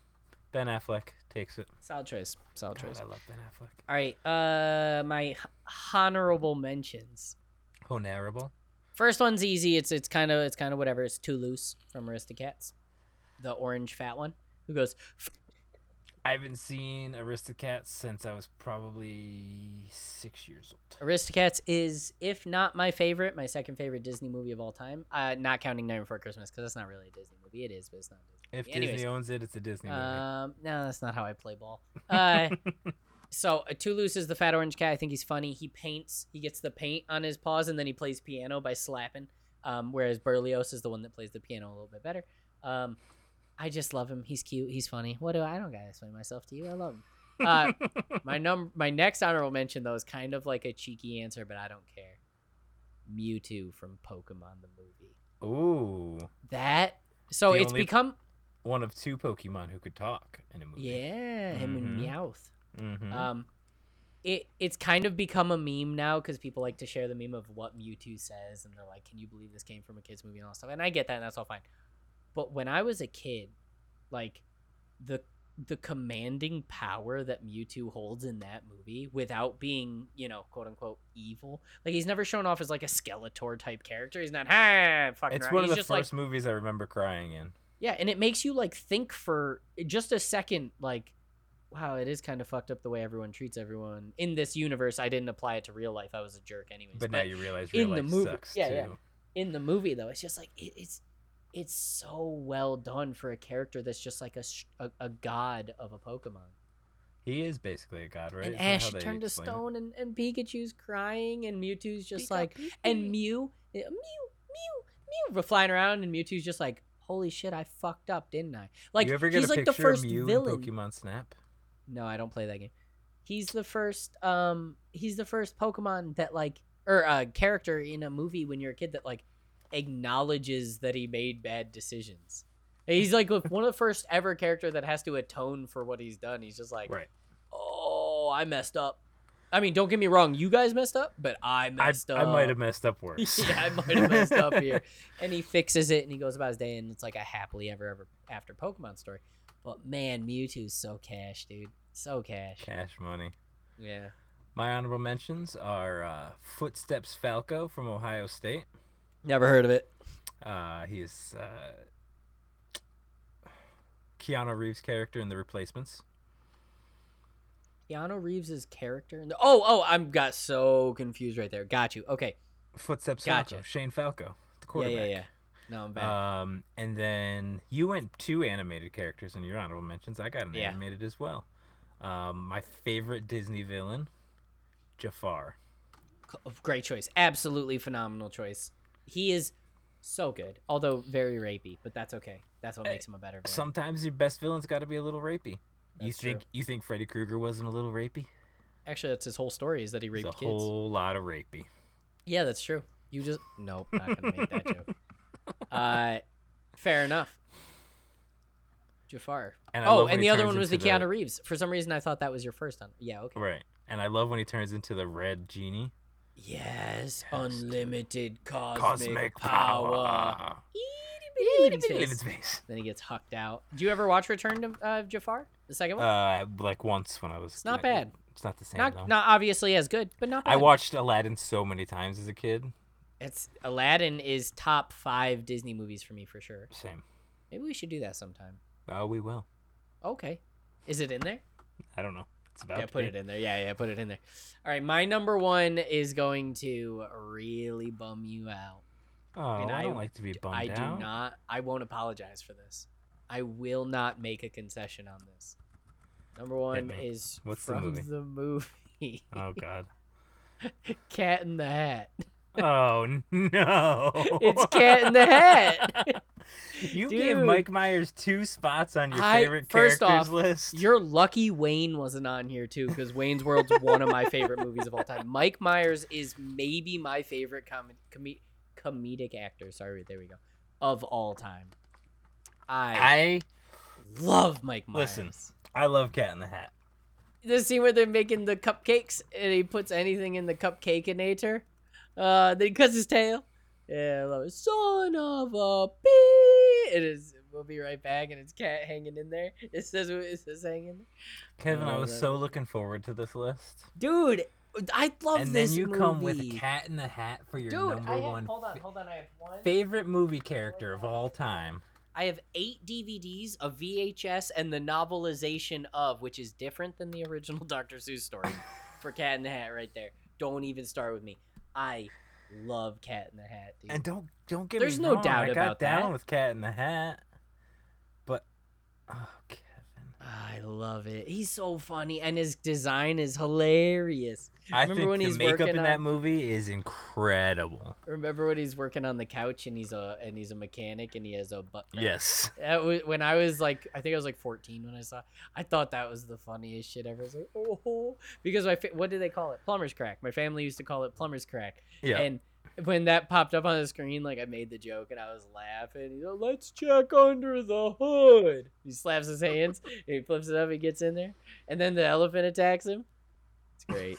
Ben Affleck takes it.
solid choice solid
God,
choice
I love Ben Affleck.
all right uh my h- honorable mentions
Oh, Honorable.
First one's easy. It's it's kind of it's kind of whatever. It's too loose from Aristocats, the orange fat one who goes. "F-
I haven't seen Aristocats since I was probably six years old.
Aristocats is if not my favorite, my second favorite Disney movie of all time. Uh, not counting Night Before Christmas because that's not really a Disney movie. It is, but it's not. A
If
Disney. movie. Anyways,
Disney owns it, it's a Disney movie.
um, no, that's not how I play ball.
(laughs)
Uh, so uh, Toulouse is the fat orange guy. I think he's funny. He paints. He gets the paint on his paws, and then he plays piano by slapping. Um, whereas Berlioz is the one that plays the piano a little bit better. Um, I just love him. He's cute. He's funny. What do I, I don't gotta explain myself to you? I love him. (laughs) Uh, my num my next honorable mention though is kind of like a cheeky answer, but I don't care. Mewtwo from Pokemon the movie.
(laughs) Ooh,
That so
The
it's
only-
become
one of two Pokemon who could talk in a movie.
yeah him and
Mhm.
Meowth.
Mm-hmm.
Um, it it's kind of become a meme now because people like to share the meme of what Mewtwo says, and they're like, "Can you believe this came from a kids movie and all that stuff?" And I get that, and that's all fine. But when I was a kid, like the the commanding power that Mewtwo holds in that movie, without being you know quote unquote evil, like he's never shown off as like a Skeletor type character. He's not ha fucking.
it's
around."
one
He's
of the
just
first
like
movies I remember crying in.
yeah, and it makes you like think for just a second, like, wow, it is kind of fucked up the way everyone treats everyone in this universe. I didn't apply it to real life. I was a jerk, anyways.
But now you realize real
in the
life
movie-
sucks
yeah,
too.
yeah. in the movie, though, it's just like it, it's it's so well done for a character that's just like a s- a, a god of a Pokemon.
He is basically a god, right?
and
Isn't that
Ash
how they
turned to
explain it?
stone, and, and Pikachu's crying, and Mewtwoo's just like, and Mew, Mew, Mew, Mew, we're flying around, and Mewtwo's just like, "Holy shit, I fucked up, didn't I?" Like
you ever get
he's
a
like the
picture
first
of Mew
villain.
in Pokemon Snap?
No, I don't play that game. He's the first um he's the first Pokemon that like or uh character in a movie when you're a kid that like acknowledges that he made bad decisions. He's like with one of the first ever character that has to atone for what he's done. He's just like,
Right.
"Oh, I messed up." I mean, don't get me wrong, you guys messed up, but I
I,
messed
I
up.
might have messed up worse.
(laughs) yeah, I might have messed up here. And he fixes it and he goes about his day and it's like a happily ever ever after Pokemon story. But man, Mewtwo's so cash, dude. So cash.
(laughs) Cash money.
Yeah.
My honorable mentions are uh, Footsteps Falco from Ohio State.
Never heard of it.
Uh, he is uh, Keanu Reeves' character in The Replacements.
Keanu Reeves' character in the Oh, oh, I'm got so confused right there. Got you. Okay.
Footsteps
Gotcha.
Falco, Shane Falco, the
Yeah,
quarterback.
yeah, yeah. No, I'm back.
Um, and then you went two animated characters in your honorable mentions. I got an
Yeah.
animated as well. Um, my favorite Disney villain, Jafar.
C- oh, Great choice. Absolutely phenomenal choice. He is so good, although very rapey, but that's okay. That's what
Eh,
makes him a better villain.
Sometimes your best villain's got to be a little rapey. you
That's true.
think you think Freddy Krueger wasn't a little rapey?
Actually, that's his whole story is that he
There's
raped
a
kids.
whole lot of rapey.
Yeah, that's true. You just nope, not gonna make that (laughs) joke. Uh, fair enough. Jafar.
And I love
Oh,
when
and
he
the other
turns
one was the
into
Keanu Reeves. For some reason, I thought that was your first one. Yeah. Okay.
Right. And I love when he turns into the red genie.
Yes,
Yes, dude.
unlimited cosmic,
Cosmic
power.
power.
Eat him in
In
space.
his face.
Then he gets hucked out. Do you ever watch Return to uh, Jafar? The second one.
Uh, like once when I was.
It's not
like,
bad.
It's not the same.
not
though.
not obviously as good, but not bad.
I watched Aladdin so many times as a kid.
It's Aladdin is top five Disney movies for me for sure.
Same.
Maybe we should do that sometime.
Oh, we will.
Okay. Is it in there?
I don't know. It's about.
Yeah, put it in there. Yeah, yeah, put it in there. All right, my number one is going to really bum you out.
Oh, I,
mean, I-
don't like to be bummed
I do
out.
not. I won't apologize for this. I will not make a concession on this. Number one
me.
is
What's the
from
movie?
the movie (laughs)
Oh God.
Cat in the Hat.
Oh no.
It's Cat in the Hat.
(laughs)
(laughs)
You gave
Dude.
Mike Myers two spots on your
I-
favorite
first
characters
off,
list.
You're lucky Wayne wasn't on here too, because Wayne's World's one of my favorite movies of all time. Mike Myers is maybe my favorite com- com- comedic actor. Sorry, there we go, of all time. I,
I
love Mike Myers.
Listen. I love Cat in the Hat.
the scene where they're making the cupcakes and he puts anything in the cupcake inator, uh, then he cuts his tail. Yeah, I love it. Son of a bee. It is. We'll be right back, and it's cat hanging in there. It says it says hanging.
Kevin, I
Oh,
was
that-
so looking forward to this list.
dude i love
and then
this
you
movie.
come with Cat in the Hat for your
dude
number
I have,
one
hold on
fa-
hold on i have one
favorite movie character of all time.
i have eight dvds a vhs and the novelization of which is different than the original (laughs) dr seuss
(laughs)
story for cat in the hat right there don't even start with me i love cat in the hat dude.
And don't don't get
There's
me
no
wrong,
doubt
I got
about
down
that.
with Cat in the Hat, but oh, Kevin,
i love it. He's so funny, and his design is hilarious.
I
Remember
think
when
the
he's
makeup
working
in that
on-
movie is incredible.
Remember when he's working on the couch and he's a and he's a mechanic and he has a butt. crack?
Yes.
That wa- when I was like, I think I was like 14 when I saw. I thought that was the funniest shit ever. I was like, oh, because my fa- what do they call it? Plumber's crack. My family used to call it plumber's crack.
Yeah.
And when that popped up on the screen, like I made the joke and I was laughing. He's like, let's check under the hood. He slaps his hands, and he flips it up, he gets in there, and then the elephant attacks him. It's great.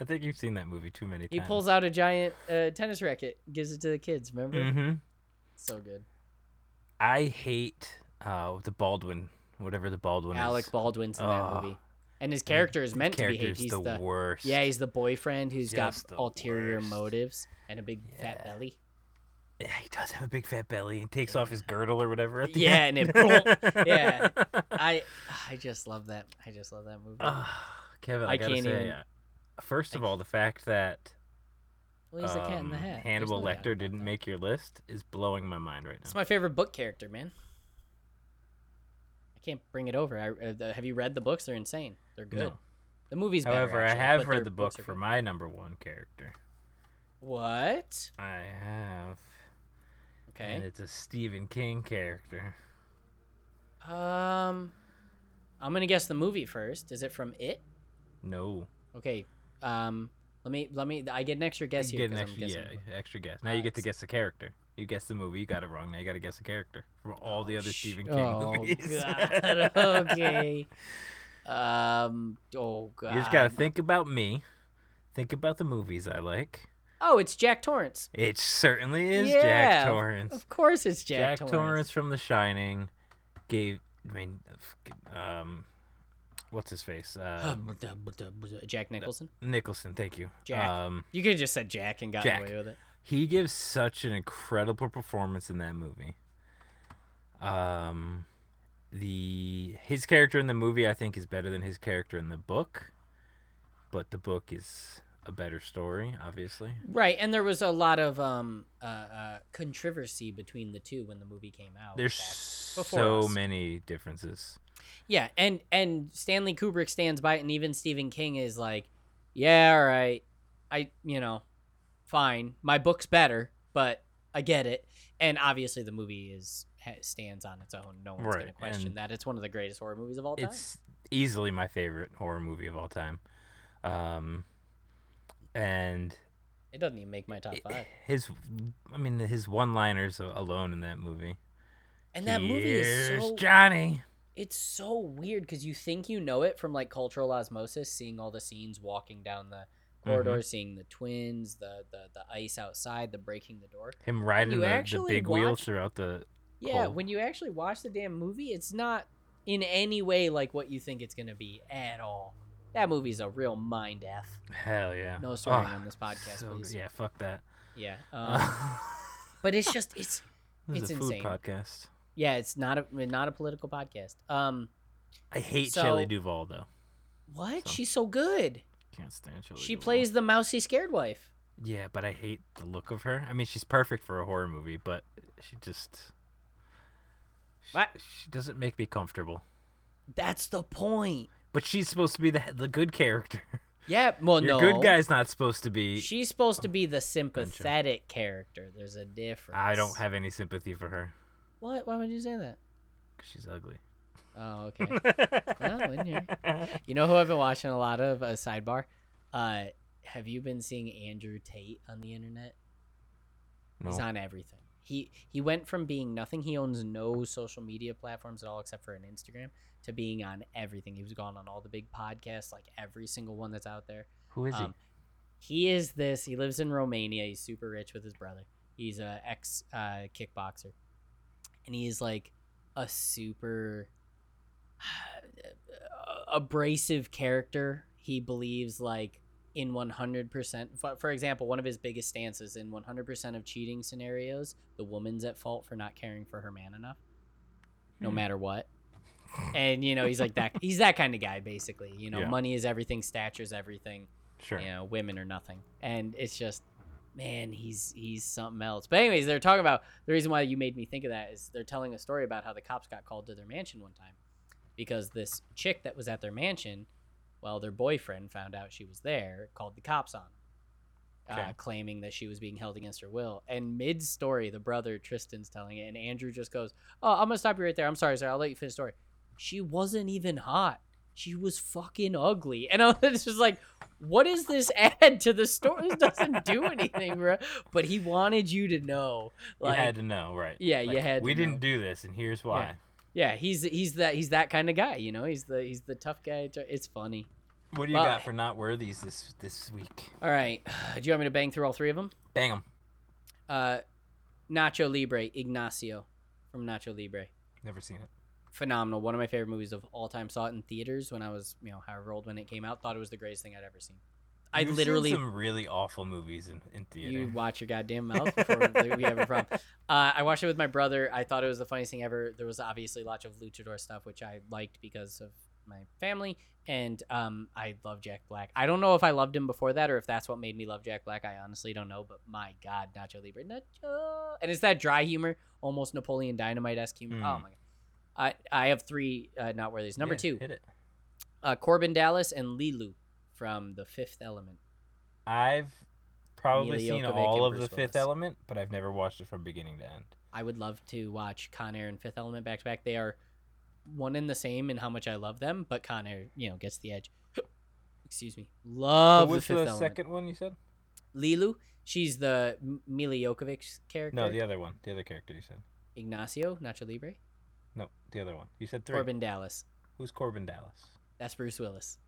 I think you've seen that movie too many
He
times.
pulls out a giant uh, tennis racket, gives it to the kids. Remember?
hmm
So good.
I hate uh, the Baldwin, whatever the Baldwin
Alec
is.
Baldwin's in that
Oh.
movie, and his character is meant to be hated.
Character's
He's
the,
the
worst.
yeah, he's the boyfriend who's
Just the
got ulterior
worst.
motives and a big fat
Yeah. (laughs)
belly.
Yeah, he does have a big fat belly and takes off his girdle or whatever at the
Yeah,
end.
and it- yeah. I I just love that. I just love that movie.
(laughs) Ah, Kevin, I,
I
gotta
can't
say,
even-
uh, first
I
of all, the fact that
well, he's the cat in the
um,
hat. There's
Hannibal
no doubt
Lecter
about
didn't
that.
make your list is blowing my mind right now.
It's my favorite book character, man. I can't bring it over. I, uh, the, have you read the books? They're insane. They're good.
No.
The movies. better,
However,
actually,
I have
but their
read the book
books are
for
good.
my number one character.
What?
I have, and
Okay.
it's a Stephen King character.
Um, I'm gonna guess the movie first. Is it from It?
No,
Okay. Um, let me let me. I get an extra guess
you
here.
get an
'cause I'm
extra, yeah,
guessing the book.
extra guess. Now you get to
Nice.
guess the character. You guess the movie. You got it wrong. Now you got to guess the character from all the
Oh,
other
sh-
Stephen King
oh,
movies. (laughs)
God. okay. Um. Oh God.
You just gotta think about me. Think about the movies I like.
Oh, it's Jack Torrance.
It certainly is
Yeah,
Jack
of-
Torrance.
Of course, it's
Jack,
Jack,
Torrance. from The Shining gave. I mean, f- um, what's his face?
(gasps)
Uh,
Um, buh, buh, buh, buh, (sighs) Jack Nicholson.
Nicholson. Thank you.
Jack.
Um,
You could have just said Jack and got
Jack.
away with it.
he gives such an incredible performance in that movie. Um, the his character in the movie I think is better than his character in the book, but the book is a better story, obviously.
Right, and there was a lot of um uh, uh controversy between the two when the movie came out.
There's
back- before
so
us.
many differences.
Yeah, and and Stanley Kubrick stands by it, and even Stephen King is like, yeah, all right, I you know, fine, my book's better, but I get it. And obviously, the movie is ha- stands on its own. No one's going to
Right,
question
and-
that. It's one of the greatest horror movies of all time.
It's easily my favorite horror movie of all time. Um, and
It doesn't even make my top
it-
five.
his, I mean, his one-liners a- alone in that movie.
And that movie is
Here's
so
Johnny.
it's so weird because you think you know it from like cultural osmosis, seeing all the scenes walking down the
Mm-hmm.
corridor, seeing the twins, the, the the ice outside, the breaking the door.
Him riding
you
the, the
actually
big wheels
watch-
throughout the.
Yeah,
Cool.
when you actually watch the damn movie, it's not in any way like what you think it's gonna be at all. That movie's a real mind f.
Hell yeah.
No swearing
Ah,
on this podcast,
so good.
please.
yeah, Uh. fuck that.
Yeah,
(laughs)
um, but it's just it's
this is a
it's
food
insane.
podcast.
yeah, it's not a not a political podcast. Um,
I hate
So-
Shelley Duvall though.
what?
So-
She's so good.
Can't stand Shelley.
She
Duvall.
plays the mousy scared wife.
Yeah, but I hate the look of her. I mean, she's perfect for a horror movie, but she just she,
What?
she doesn't make me comfortable.
That's the
(laughs)
point.
But she's supposed to be the the
(laughs)
good character.
Yeah, well,
Your
Oh, no.
good guy's not supposed to be.
She's supposed to be the sympathetic character. There's a difference.
I don't have any sympathy for her.
What? Why would you say that?
'cause She's ugly.
Oh,
(laughs)
okay. Well, in here. you know who I've been watching a lot of? A sidebar. Uh, have you been seeing Andrew Tate on the internet? He's
no.
on everything. He he went from being nothing. He owns no social media platforms at all except for an Instagram to being on everything. He was gone on all the big podcasts, like every single one that's out there.
Who is he?
Um, he is this. He lives in Romania. He's super rich with his brother. He's a ex uh, kickboxer, and he is like a super (sighs) abrasive character. He believes like in 100%. For, for example, one of his biggest stances in 100% of cheating scenarios, the woman's at fault for not caring for her man enough, no
Hmm.
matter
(laughs)
what. And you know, he's like that. He's that kind of guy, basically. You know,
Yeah.
money is everything, stature's everything
Sure.
you know, women are nothing. And it's just, man, he's he's something else. But anyways, they're talking about the reason why you made me think of that is they're telling a story about how the cops got called to their mansion one time, because this chick that was at their mansion, well, their boyfriend found out she was there, called the cops on, her, uh,
Okay.
claiming that she was being held against her will. And mid story, the brother Tristan's telling it, and Andrew just goes, "Oh, I'm gonna stop you right there. I'm sorry, sir. I'll let you finish the story." She wasn't even hot. She was fucking ugly, and (laughs) I was just like, "What does this (laughs) add to the story? This doesn't
(laughs)
do anything, bro." But he wanted you to know, like,
you had to know, right?
yeah, you
Like,
had.
We
to know.
didn't do this, and here's why.
Yeah, he's he's that he's that kind of guy, you know. He's the he's the tough guy. It's funny.
What do you
Well-
got for not worthies this this week?
All right, (sighs) do you want me to bang through all three of them?
Bang them.
Uh, Nacho Libre, Ignacio from Nacho Libre,
Never seen it.
phenomenal. One of my favorite movies of all time. Saw it in theaters when I was you know however old when it came out. Thought it was the greatest thing I'd ever seen. I
You've seen
literally
some really awful movies in, in theater.
You watch your goddamn
(laughs)
mouth before we have a problem. Uh, I watched it with my brother. I thought it was the funniest thing ever. There was obviously lots of luchador stuff, which I liked because of my family, and um, I love Jack Black. I don't know if I loved him before that or if that's what made me love Jack Black. I honestly don't know, but my God, Nacho Libre, Nacho, and it's that dry humor, almost Napoleon Dynamite esque humor. Oh
Mm.
my God. I, I have three uh, not worthies. Number
Yeah,
two,
Hit it.
uh, Corbin Dallas and Lilu from The Fifth Element.
I've probably
Mila
seen
Jovovich
all
and
of The
Bruce
Fifth
Willis.
Element, but I've never watched it from beginning to end.
I would love to watch Con Air and Fifth Element back to back. They are one and the same in how much I love them, but Con Air, you know, gets the edge. (coughs) Excuse me.
What
Love the
was
Fifth
the
Element.
second one you said?
Lilu, she's the M- Mila Jokovic character.
No, the other one. The other character you said.
Ignacio Nacho Libre,
No, the other one. You said three.
Corbin Dallas.
Who's Corbin Dallas?
That's Bruce Willis.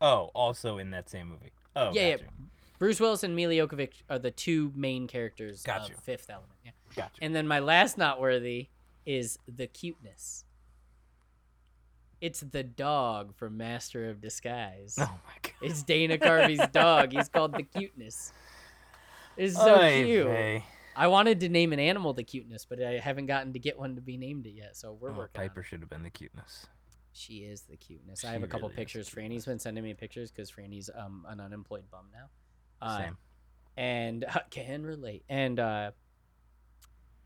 Oh, also in that same movie. Oh,
Yeah, yeah.
gotcha.
Bruce Willis and Mila Jokovic are the two main characters
Got
of
you.
Fifth Element. Yeah.
Gotcha.
And then my last not worthy is the cuteness. It's the dog from Master of Disguise.
(laughs) Oh my god.
It's Dana
(laughs)
Carvey's dog. He's called the cuteness. It's so
Oy
cute.
vey.
I wanted to name an animal the cuteness, but I haven't gotten to get one to be named it yet. So we're
Oh,
working. on it.
Piper should have been the cuteness.
She is the cuteness. I have
She
a couple
really is
pictures. Franny's
cuteness.
been sending me pictures because Franny's um an unemployed bum now. Uh,
Same.
And (laughs) uh, can relate. And uh,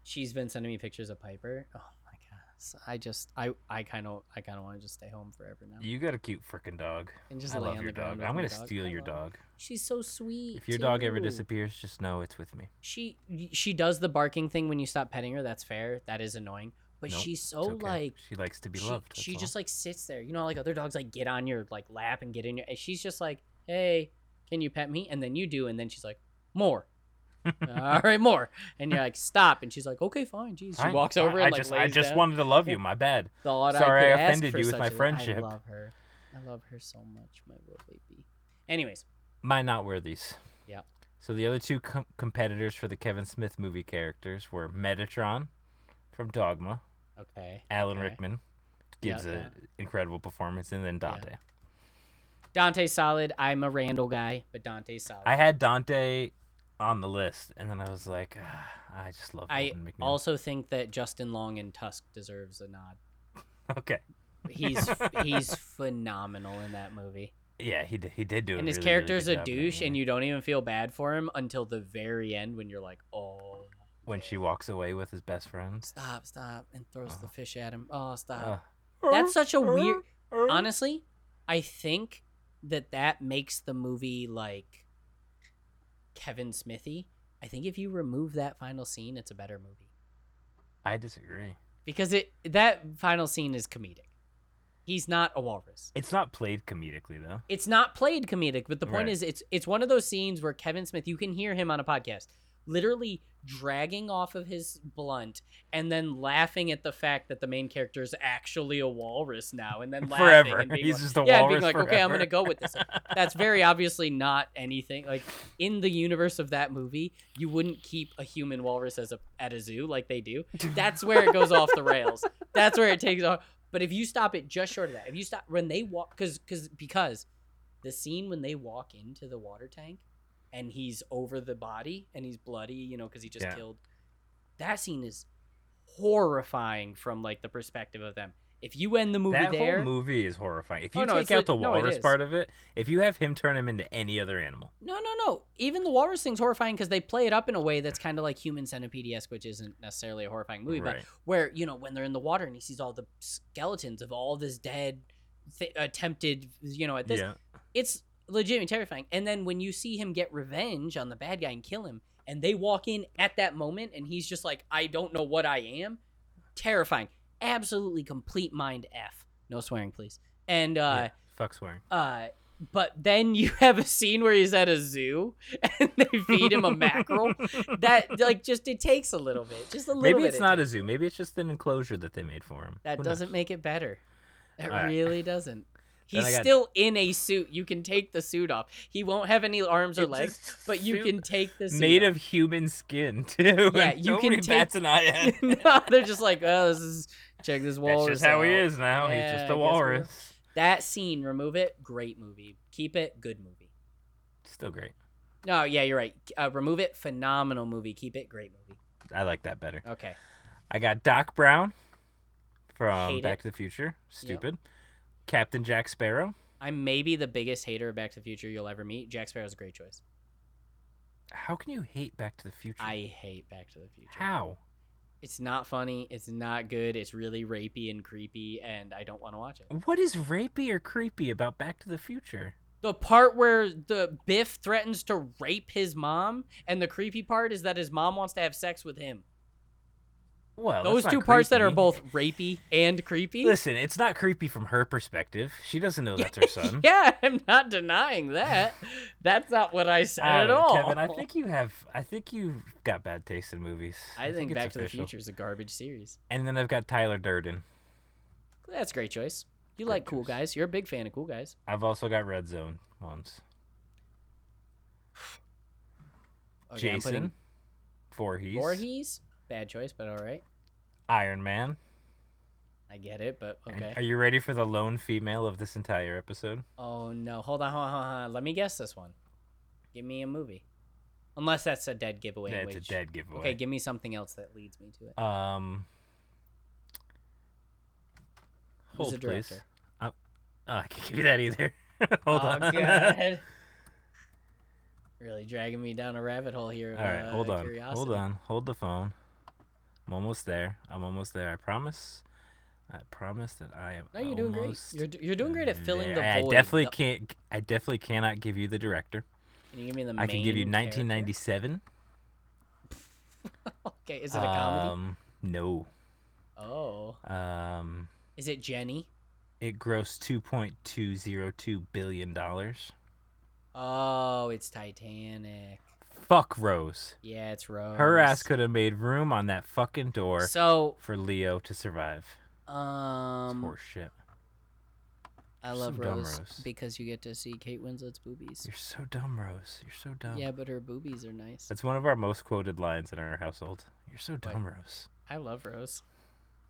she's been sending me pictures of Piper. Oh my gosh. I just I I kind of I kind of want to just stay home forever now
You got a cute freaking dog.
and just
I
lay
love
on
your
the ground
dog.
with
I'm
my
gonna
dog.
steal
I
your
love her.
dog.
She's so sweet.
If your dog ever
too.
disappears, just know it's with me.
she she does the barking thing when you stop petting her. That's fair. That is annoying. But
Nope,
she's so
It's okay.
Oh, like
she likes to be
she,
loved.
she just like sits there. You know, how, like other dogs like get on your like lap and get in your. And she's just like, hey, can you pet me? And then you do, and then she's like,
(laughs)
more. All right, more. And you're like, stop. And she's like, okay, fine. Jeez. She walks over
I
and like
just,
lays
I just
down.
wanted to love you.
(laughs) Yeah.
My bad.
Thought
Sorry I
could ask
offended
for
you with
such
my
a-
friendship.
I love her. I love her so much, my little baby. Anyways,
My not worthies.
Yeah.
So the other two com- competitors for the Kevin Smith movie characters were Metatron from Dogma,
okay.
Alan
Okay.
Rickman
Yeah,
gives
yeah.
an incredible performance, and then Dante.
Dante's solid. I'm a Randall guy, but Dante's solid.
I had Dante on the list, and then I was like, "Ah, I just love
I
Golden McNeil.
also think that Justin Long and Tusk deserves a nod.
(laughs) okay. (laughs)
He's he's phenomenal in that movie,
Yeah, he did, he did do.
and
a
his
really, really
character's
good
a
job in that
douche, and
movie.
you don't even feel bad for him until the very end when you're like, oh,
when she walks away with his best friends.
stop, stop, and throws the
Oh.
fish at him. Oh, stop.
Ugh.
That's such a weird. Honestly, I think that that makes the movie like Kevin Smithy. I think if you remove that final scene, it's a better movie.
I disagree.
because it that final scene is comedic. He's not a walrus.
It's not played comedically though.
It's not played comedic, but the point
Right.
is it's it's one of those scenes where Kevin Smith, you can hear him on a podcast, literally dragging off of his blunt and then laughing at the fact that the main character is actually a walrus now and
(laughs)
then laughing
Forever,
and being
he's
like,
just a
yeah, and
walrus.
being like, okay, I'm
forever. (laughs)
gonna go with this. That's very obviously not anything. Like in the universe of that movie, you wouldn't keep a human walrus as a at a zoo like they do. That's where it goes off the rails. That's where it takes off. But if you stop it just short of that, if you stop when they walk, because because because the scene when they walk into the water tank, and he's over the body and he's bloody, you know, because he just
Yeah.
killed. That scene is horrifying from like the perspective of them. If you end the movie
that
there,
whole movie is horrifying. If you
Oh, no,
take
it's
out
lit-
the
no, it
walrus
is.
part of it, if you have him turn him into any other animal,
no, no, no. Even the walrus thing's horrifying because they play it up in a way that's kind of like Human Centipede esque, which isn't necessarily a horrifying movie, but
right?
where you know when they're in the water and he sees all the skeletons of all this dead th- attempted, you know, at this,
yeah,
it's legitimately terrifying. And then when you see him get revenge on the bad guy and kill him, and they walk in at that moment, and he's just like, I don't know what I am. Terrifying. Absolutely complete mind F. No swearing, please. And, uh,
fuck swearing.
uh, but then (laughs) you have a scene where he's at a zoo (laughs) and they feed him
(laughs)
a mackerel. That like just it takes a little bit, just a little
Maybe
bit.
it's
it
not
takes.
a zoo. Maybe it's just an enclosure that they made for him.
That
Who knows?
doesn't make it better. That
All right.
really doesn't.
(laughs) Then
He's
I got-
still in a suit. You can take the suit off. He won't have any arms or
It
legs,
just-
but you
suit
can take the suit
made
off.
of human skin (laughs) too.
Yeah,
and
you can
nobody
take-
bats an
(laughs)
eye at.
no, they're just like, oh, this is check this
That's
walrus.
just how he
out."
is now.
Yeah,
He's
I
just
guess
a
we
walrus.
That scene, remove it. Great movie. Keep it. Good movie.
Still great.
No, yeah, you're right. Uh, remove it. Phenomenal movie. Keep it. Great movie.
I like that better.
Okay.
I got Doc Brown from
Hate
Back
it.
to the Future. Stupid. Captain Jack Sparrow.
I'm maybe the biggest hater of Back to the Future you'll ever meet. Jack Sparrow's a great choice.
How can you hate Back to the Future?
I hate Back to the Future.
How?
It's not funny. It's not good. It's really rapey and creepy, and I don't want to watch it.
What is rapey or creepy about Back to the Future?
The part where the Biff threatens to rape his mom, and the creepy part is that his mom wants to have sex with him.
Well, Oh, that's
Those
not
two parts that are
creepy.
both rapey and creepy.
Listen, it's not creepy from her perspective. She doesn't know that's her son.
(laughs) yeah, I'm not denying that. That's not what I said
I
at
don't know,
all.
Kevin, I think you have. I think you've got bad taste in movies.
(laughs) I think,
it's
Back to the
official.
Future is a garbage series.
And then I've got Tyler Durden.
That's a great choice. You
Great
like cool
choice.
guys. You're a big fan of cool guys.
I've also got Red Zone once.
Okay, I'm
Jason,
putting
Voorhees,
Voorhees. Bad choice, but all right.
Iron Man.
I get it, but
And
okay.
Are you ready for the lone female of this entire episode?
Oh no! Hold on, hold on, hold on. Let me guess this one. Give me a movie, unless that's a dead giveaway. in
That's
which-
a dead giveaway.
Okay, give me something else that leads me to it.
Um,
Who's the
hold, please.
director?
Uh, uh, I can't give you that either. (laughs) hold
oh,
on.
God. really dragging me down a rabbit hole here. of,
(laughs) All right,
uh,
hold on.
Curiosity.
Hold on. Hold the phone. I'm almost there. I'm almost there. I promise. I promise that I am.
No, you're doing great.
almost
You're, d- you're doing great at filling
there.
the
I
void.
definitely
The-
can't. I definitely cannot give you the director.
Can you give me the
I can give you
main character?
1997.
(laughs) Okay, is it a comedy?
Um, no.
Oh,
Um,
is it Jenny?
it grossed 2.202 billion dollars.
Oh, it's Titanic.
Fuck Rose.
Yeah, it's Rose.
Her ass could have made room on that fucking door
Oh, So,
for Leo to survive. It's
um,
horseshit.
I
You're
love
so dumb,
Rose,
Rose.
because you get to see Kate Winslet's boobies.
You're so dumb, Rose. You're so dumb.
Yeah, but her boobies are nice.
That's one of our most quoted lines in our household. You're so dumb, Rose.
I love Rose.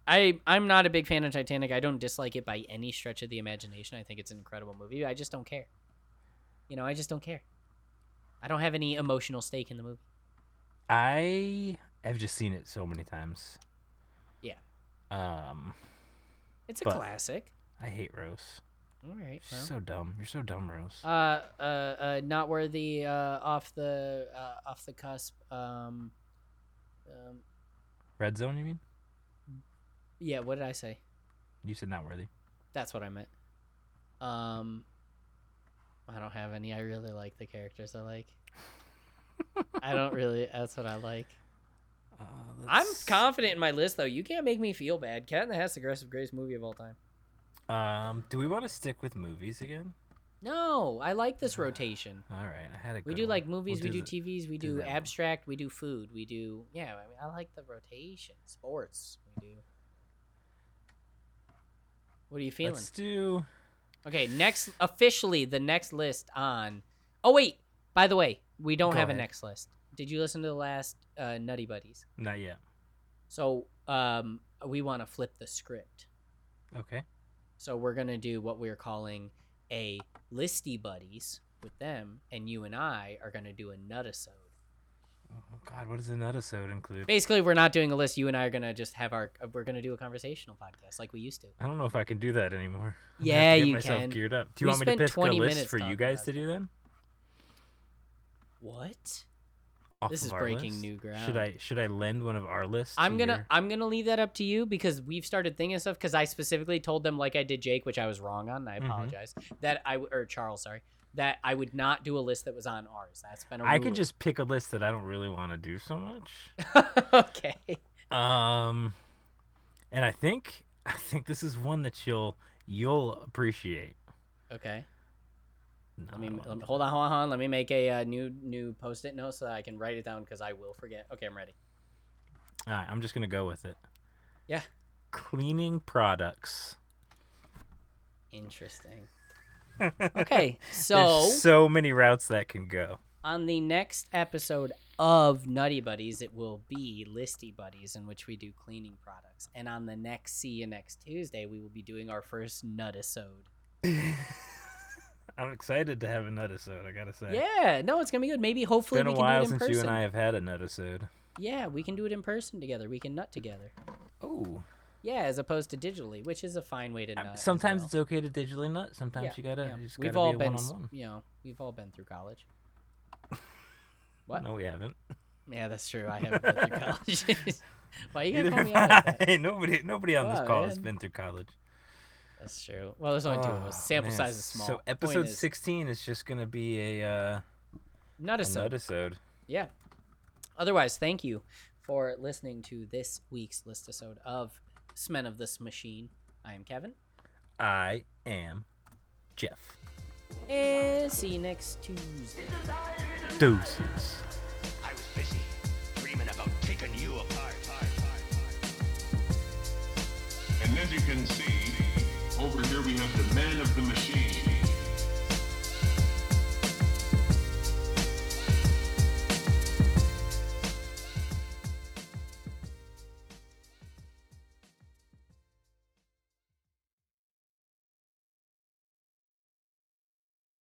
I I'm not a big fan of Titanic. I don't dislike it by any stretch of the imagination. I think it's an incredible movie. I just don't care. You know, I just don't care. I don't have any emotional stake in the movie.
I have just seen it so many times.
Yeah.
Um,
It's a
But-
classic.
I hate Rose.
All right.
You're
Well.
so dumb. You're so dumb, Rose.
uh, uh, uh, not worthy. Uh, off the uh, off the cusp. Um, um,
Red Zone, you mean?
yeah. What did I say?
You said not worthy.
That's what I meant. Um, I don't have any. I really like the characters I like. I don't really. That's what I
(laughs)
like.
Uh,
I'm
let's-
confident in my list, though. You can't make me feel bad. Cat in the Hat's the aggressive greatest movie of all time.
Um, do we want to stick with movies again?
No, I like this rotation.
All right, I had a.
We
good
do
one.
like movies,
We'll
we do
the-
TVs, we
do
do
that one.
abstract, we do food, we do yeah. I mean, I like the rotation. Sports, we do. What are you feeling?
Let's do.
Okay, next officially the next list on. Oh wait, by the way, we don't
Go
have a
ahead.
next list. Did you listen to the last uh, Nutty Buddies?
Not yet.
So um, we want to flip the script.
Okay.
So we're gonna do what we're calling a listy buddies with them, and you and I are gonna do a nutisode.
Oh, God, what does an episode include?
Basically, we're not doing a list. You and I are gonna just have our. uh, We're gonna do a conversational podcast like we used to.
I don't know if I can do that anymore. (laughs) I'm gonna have to
Yeah,
get
you
myself
can.
Geared up. Do you
We
want me to
spent
pick a
20
list
minutes
for you
talking
guys
about
to do then?
What?
Off
This
of
is
our
breaking
list?
new
Should
ground.
I should I lend one of our lists?
I'm
to
gonna
your-
I'm gonna leave that up to you because we've started thinking stuff because I specifically told them like I did Jake, which I was wrong on. And I
Mhm.
apologize that I w- or Charles, sorry, that I would not do a list that was on ours. That's been a
I could
rule.
just pick a list that I don't really want to do so
(laughs)
much.
okay.
Um, and I think I think this is one that you'll you'll appreciate.
Okay.
No,
Let me, let me hold on, hold on, hold on. Let me make a uh, new new post-it note so that I can write it down because I will forget. Okay, I'm ready.
All right, I'm just gonna go with it.
Yeah.
Cleaning products.
(laughs) Interesting. Okay, so
There's so many routes that can go. (laughs)
on the next episode of Nutty Buddies, it will be Listy Buddies, in which we do cleaning products. And on the next see you next Tuesday, we will be doing our first nutisode.
I'm excited to have an episode. I gotta say.
Yeah, no, it's gonna be good. Maybe hopefully
Been a
we can do
while
it in
since
person.
you and I have had an episode.
Yeah, we can do it in person together. We can nut together.
Oh.
Yeah, as opposed to digitally, which is a fine way to nut. as
Sometimes
well.
it's okay to digitally nut. Sometimes you gotta.
Yeah,
You just
we've
gotta
all
be a
been, s-
one-on-one.
you know, we've all been through college. what?
No, we haven't.
Yeah, that's true. I haven't been through college. (laughs) Why
(laughs)
you
Neither
gonna call
have
me out? Like
I.
that?
nobody, nobody on
Wow,
this call has
man.
been through college.
That's true. Well, there's only two of
Oh,
us. Sample
man.
size is small.
So
Point
episode
is,
sixteen is just gonna be a uh,
Not a
an
sub.
episode.
Yeah. Otherwise, thank you for listening to this week's list episode of Smen of this Machine. I am Kevin.
I am Jeff.
And see you next Tuesday.
Deuces.
I was busy dreaming about taking you apart.
And as you can see, over here we have the man of the machine.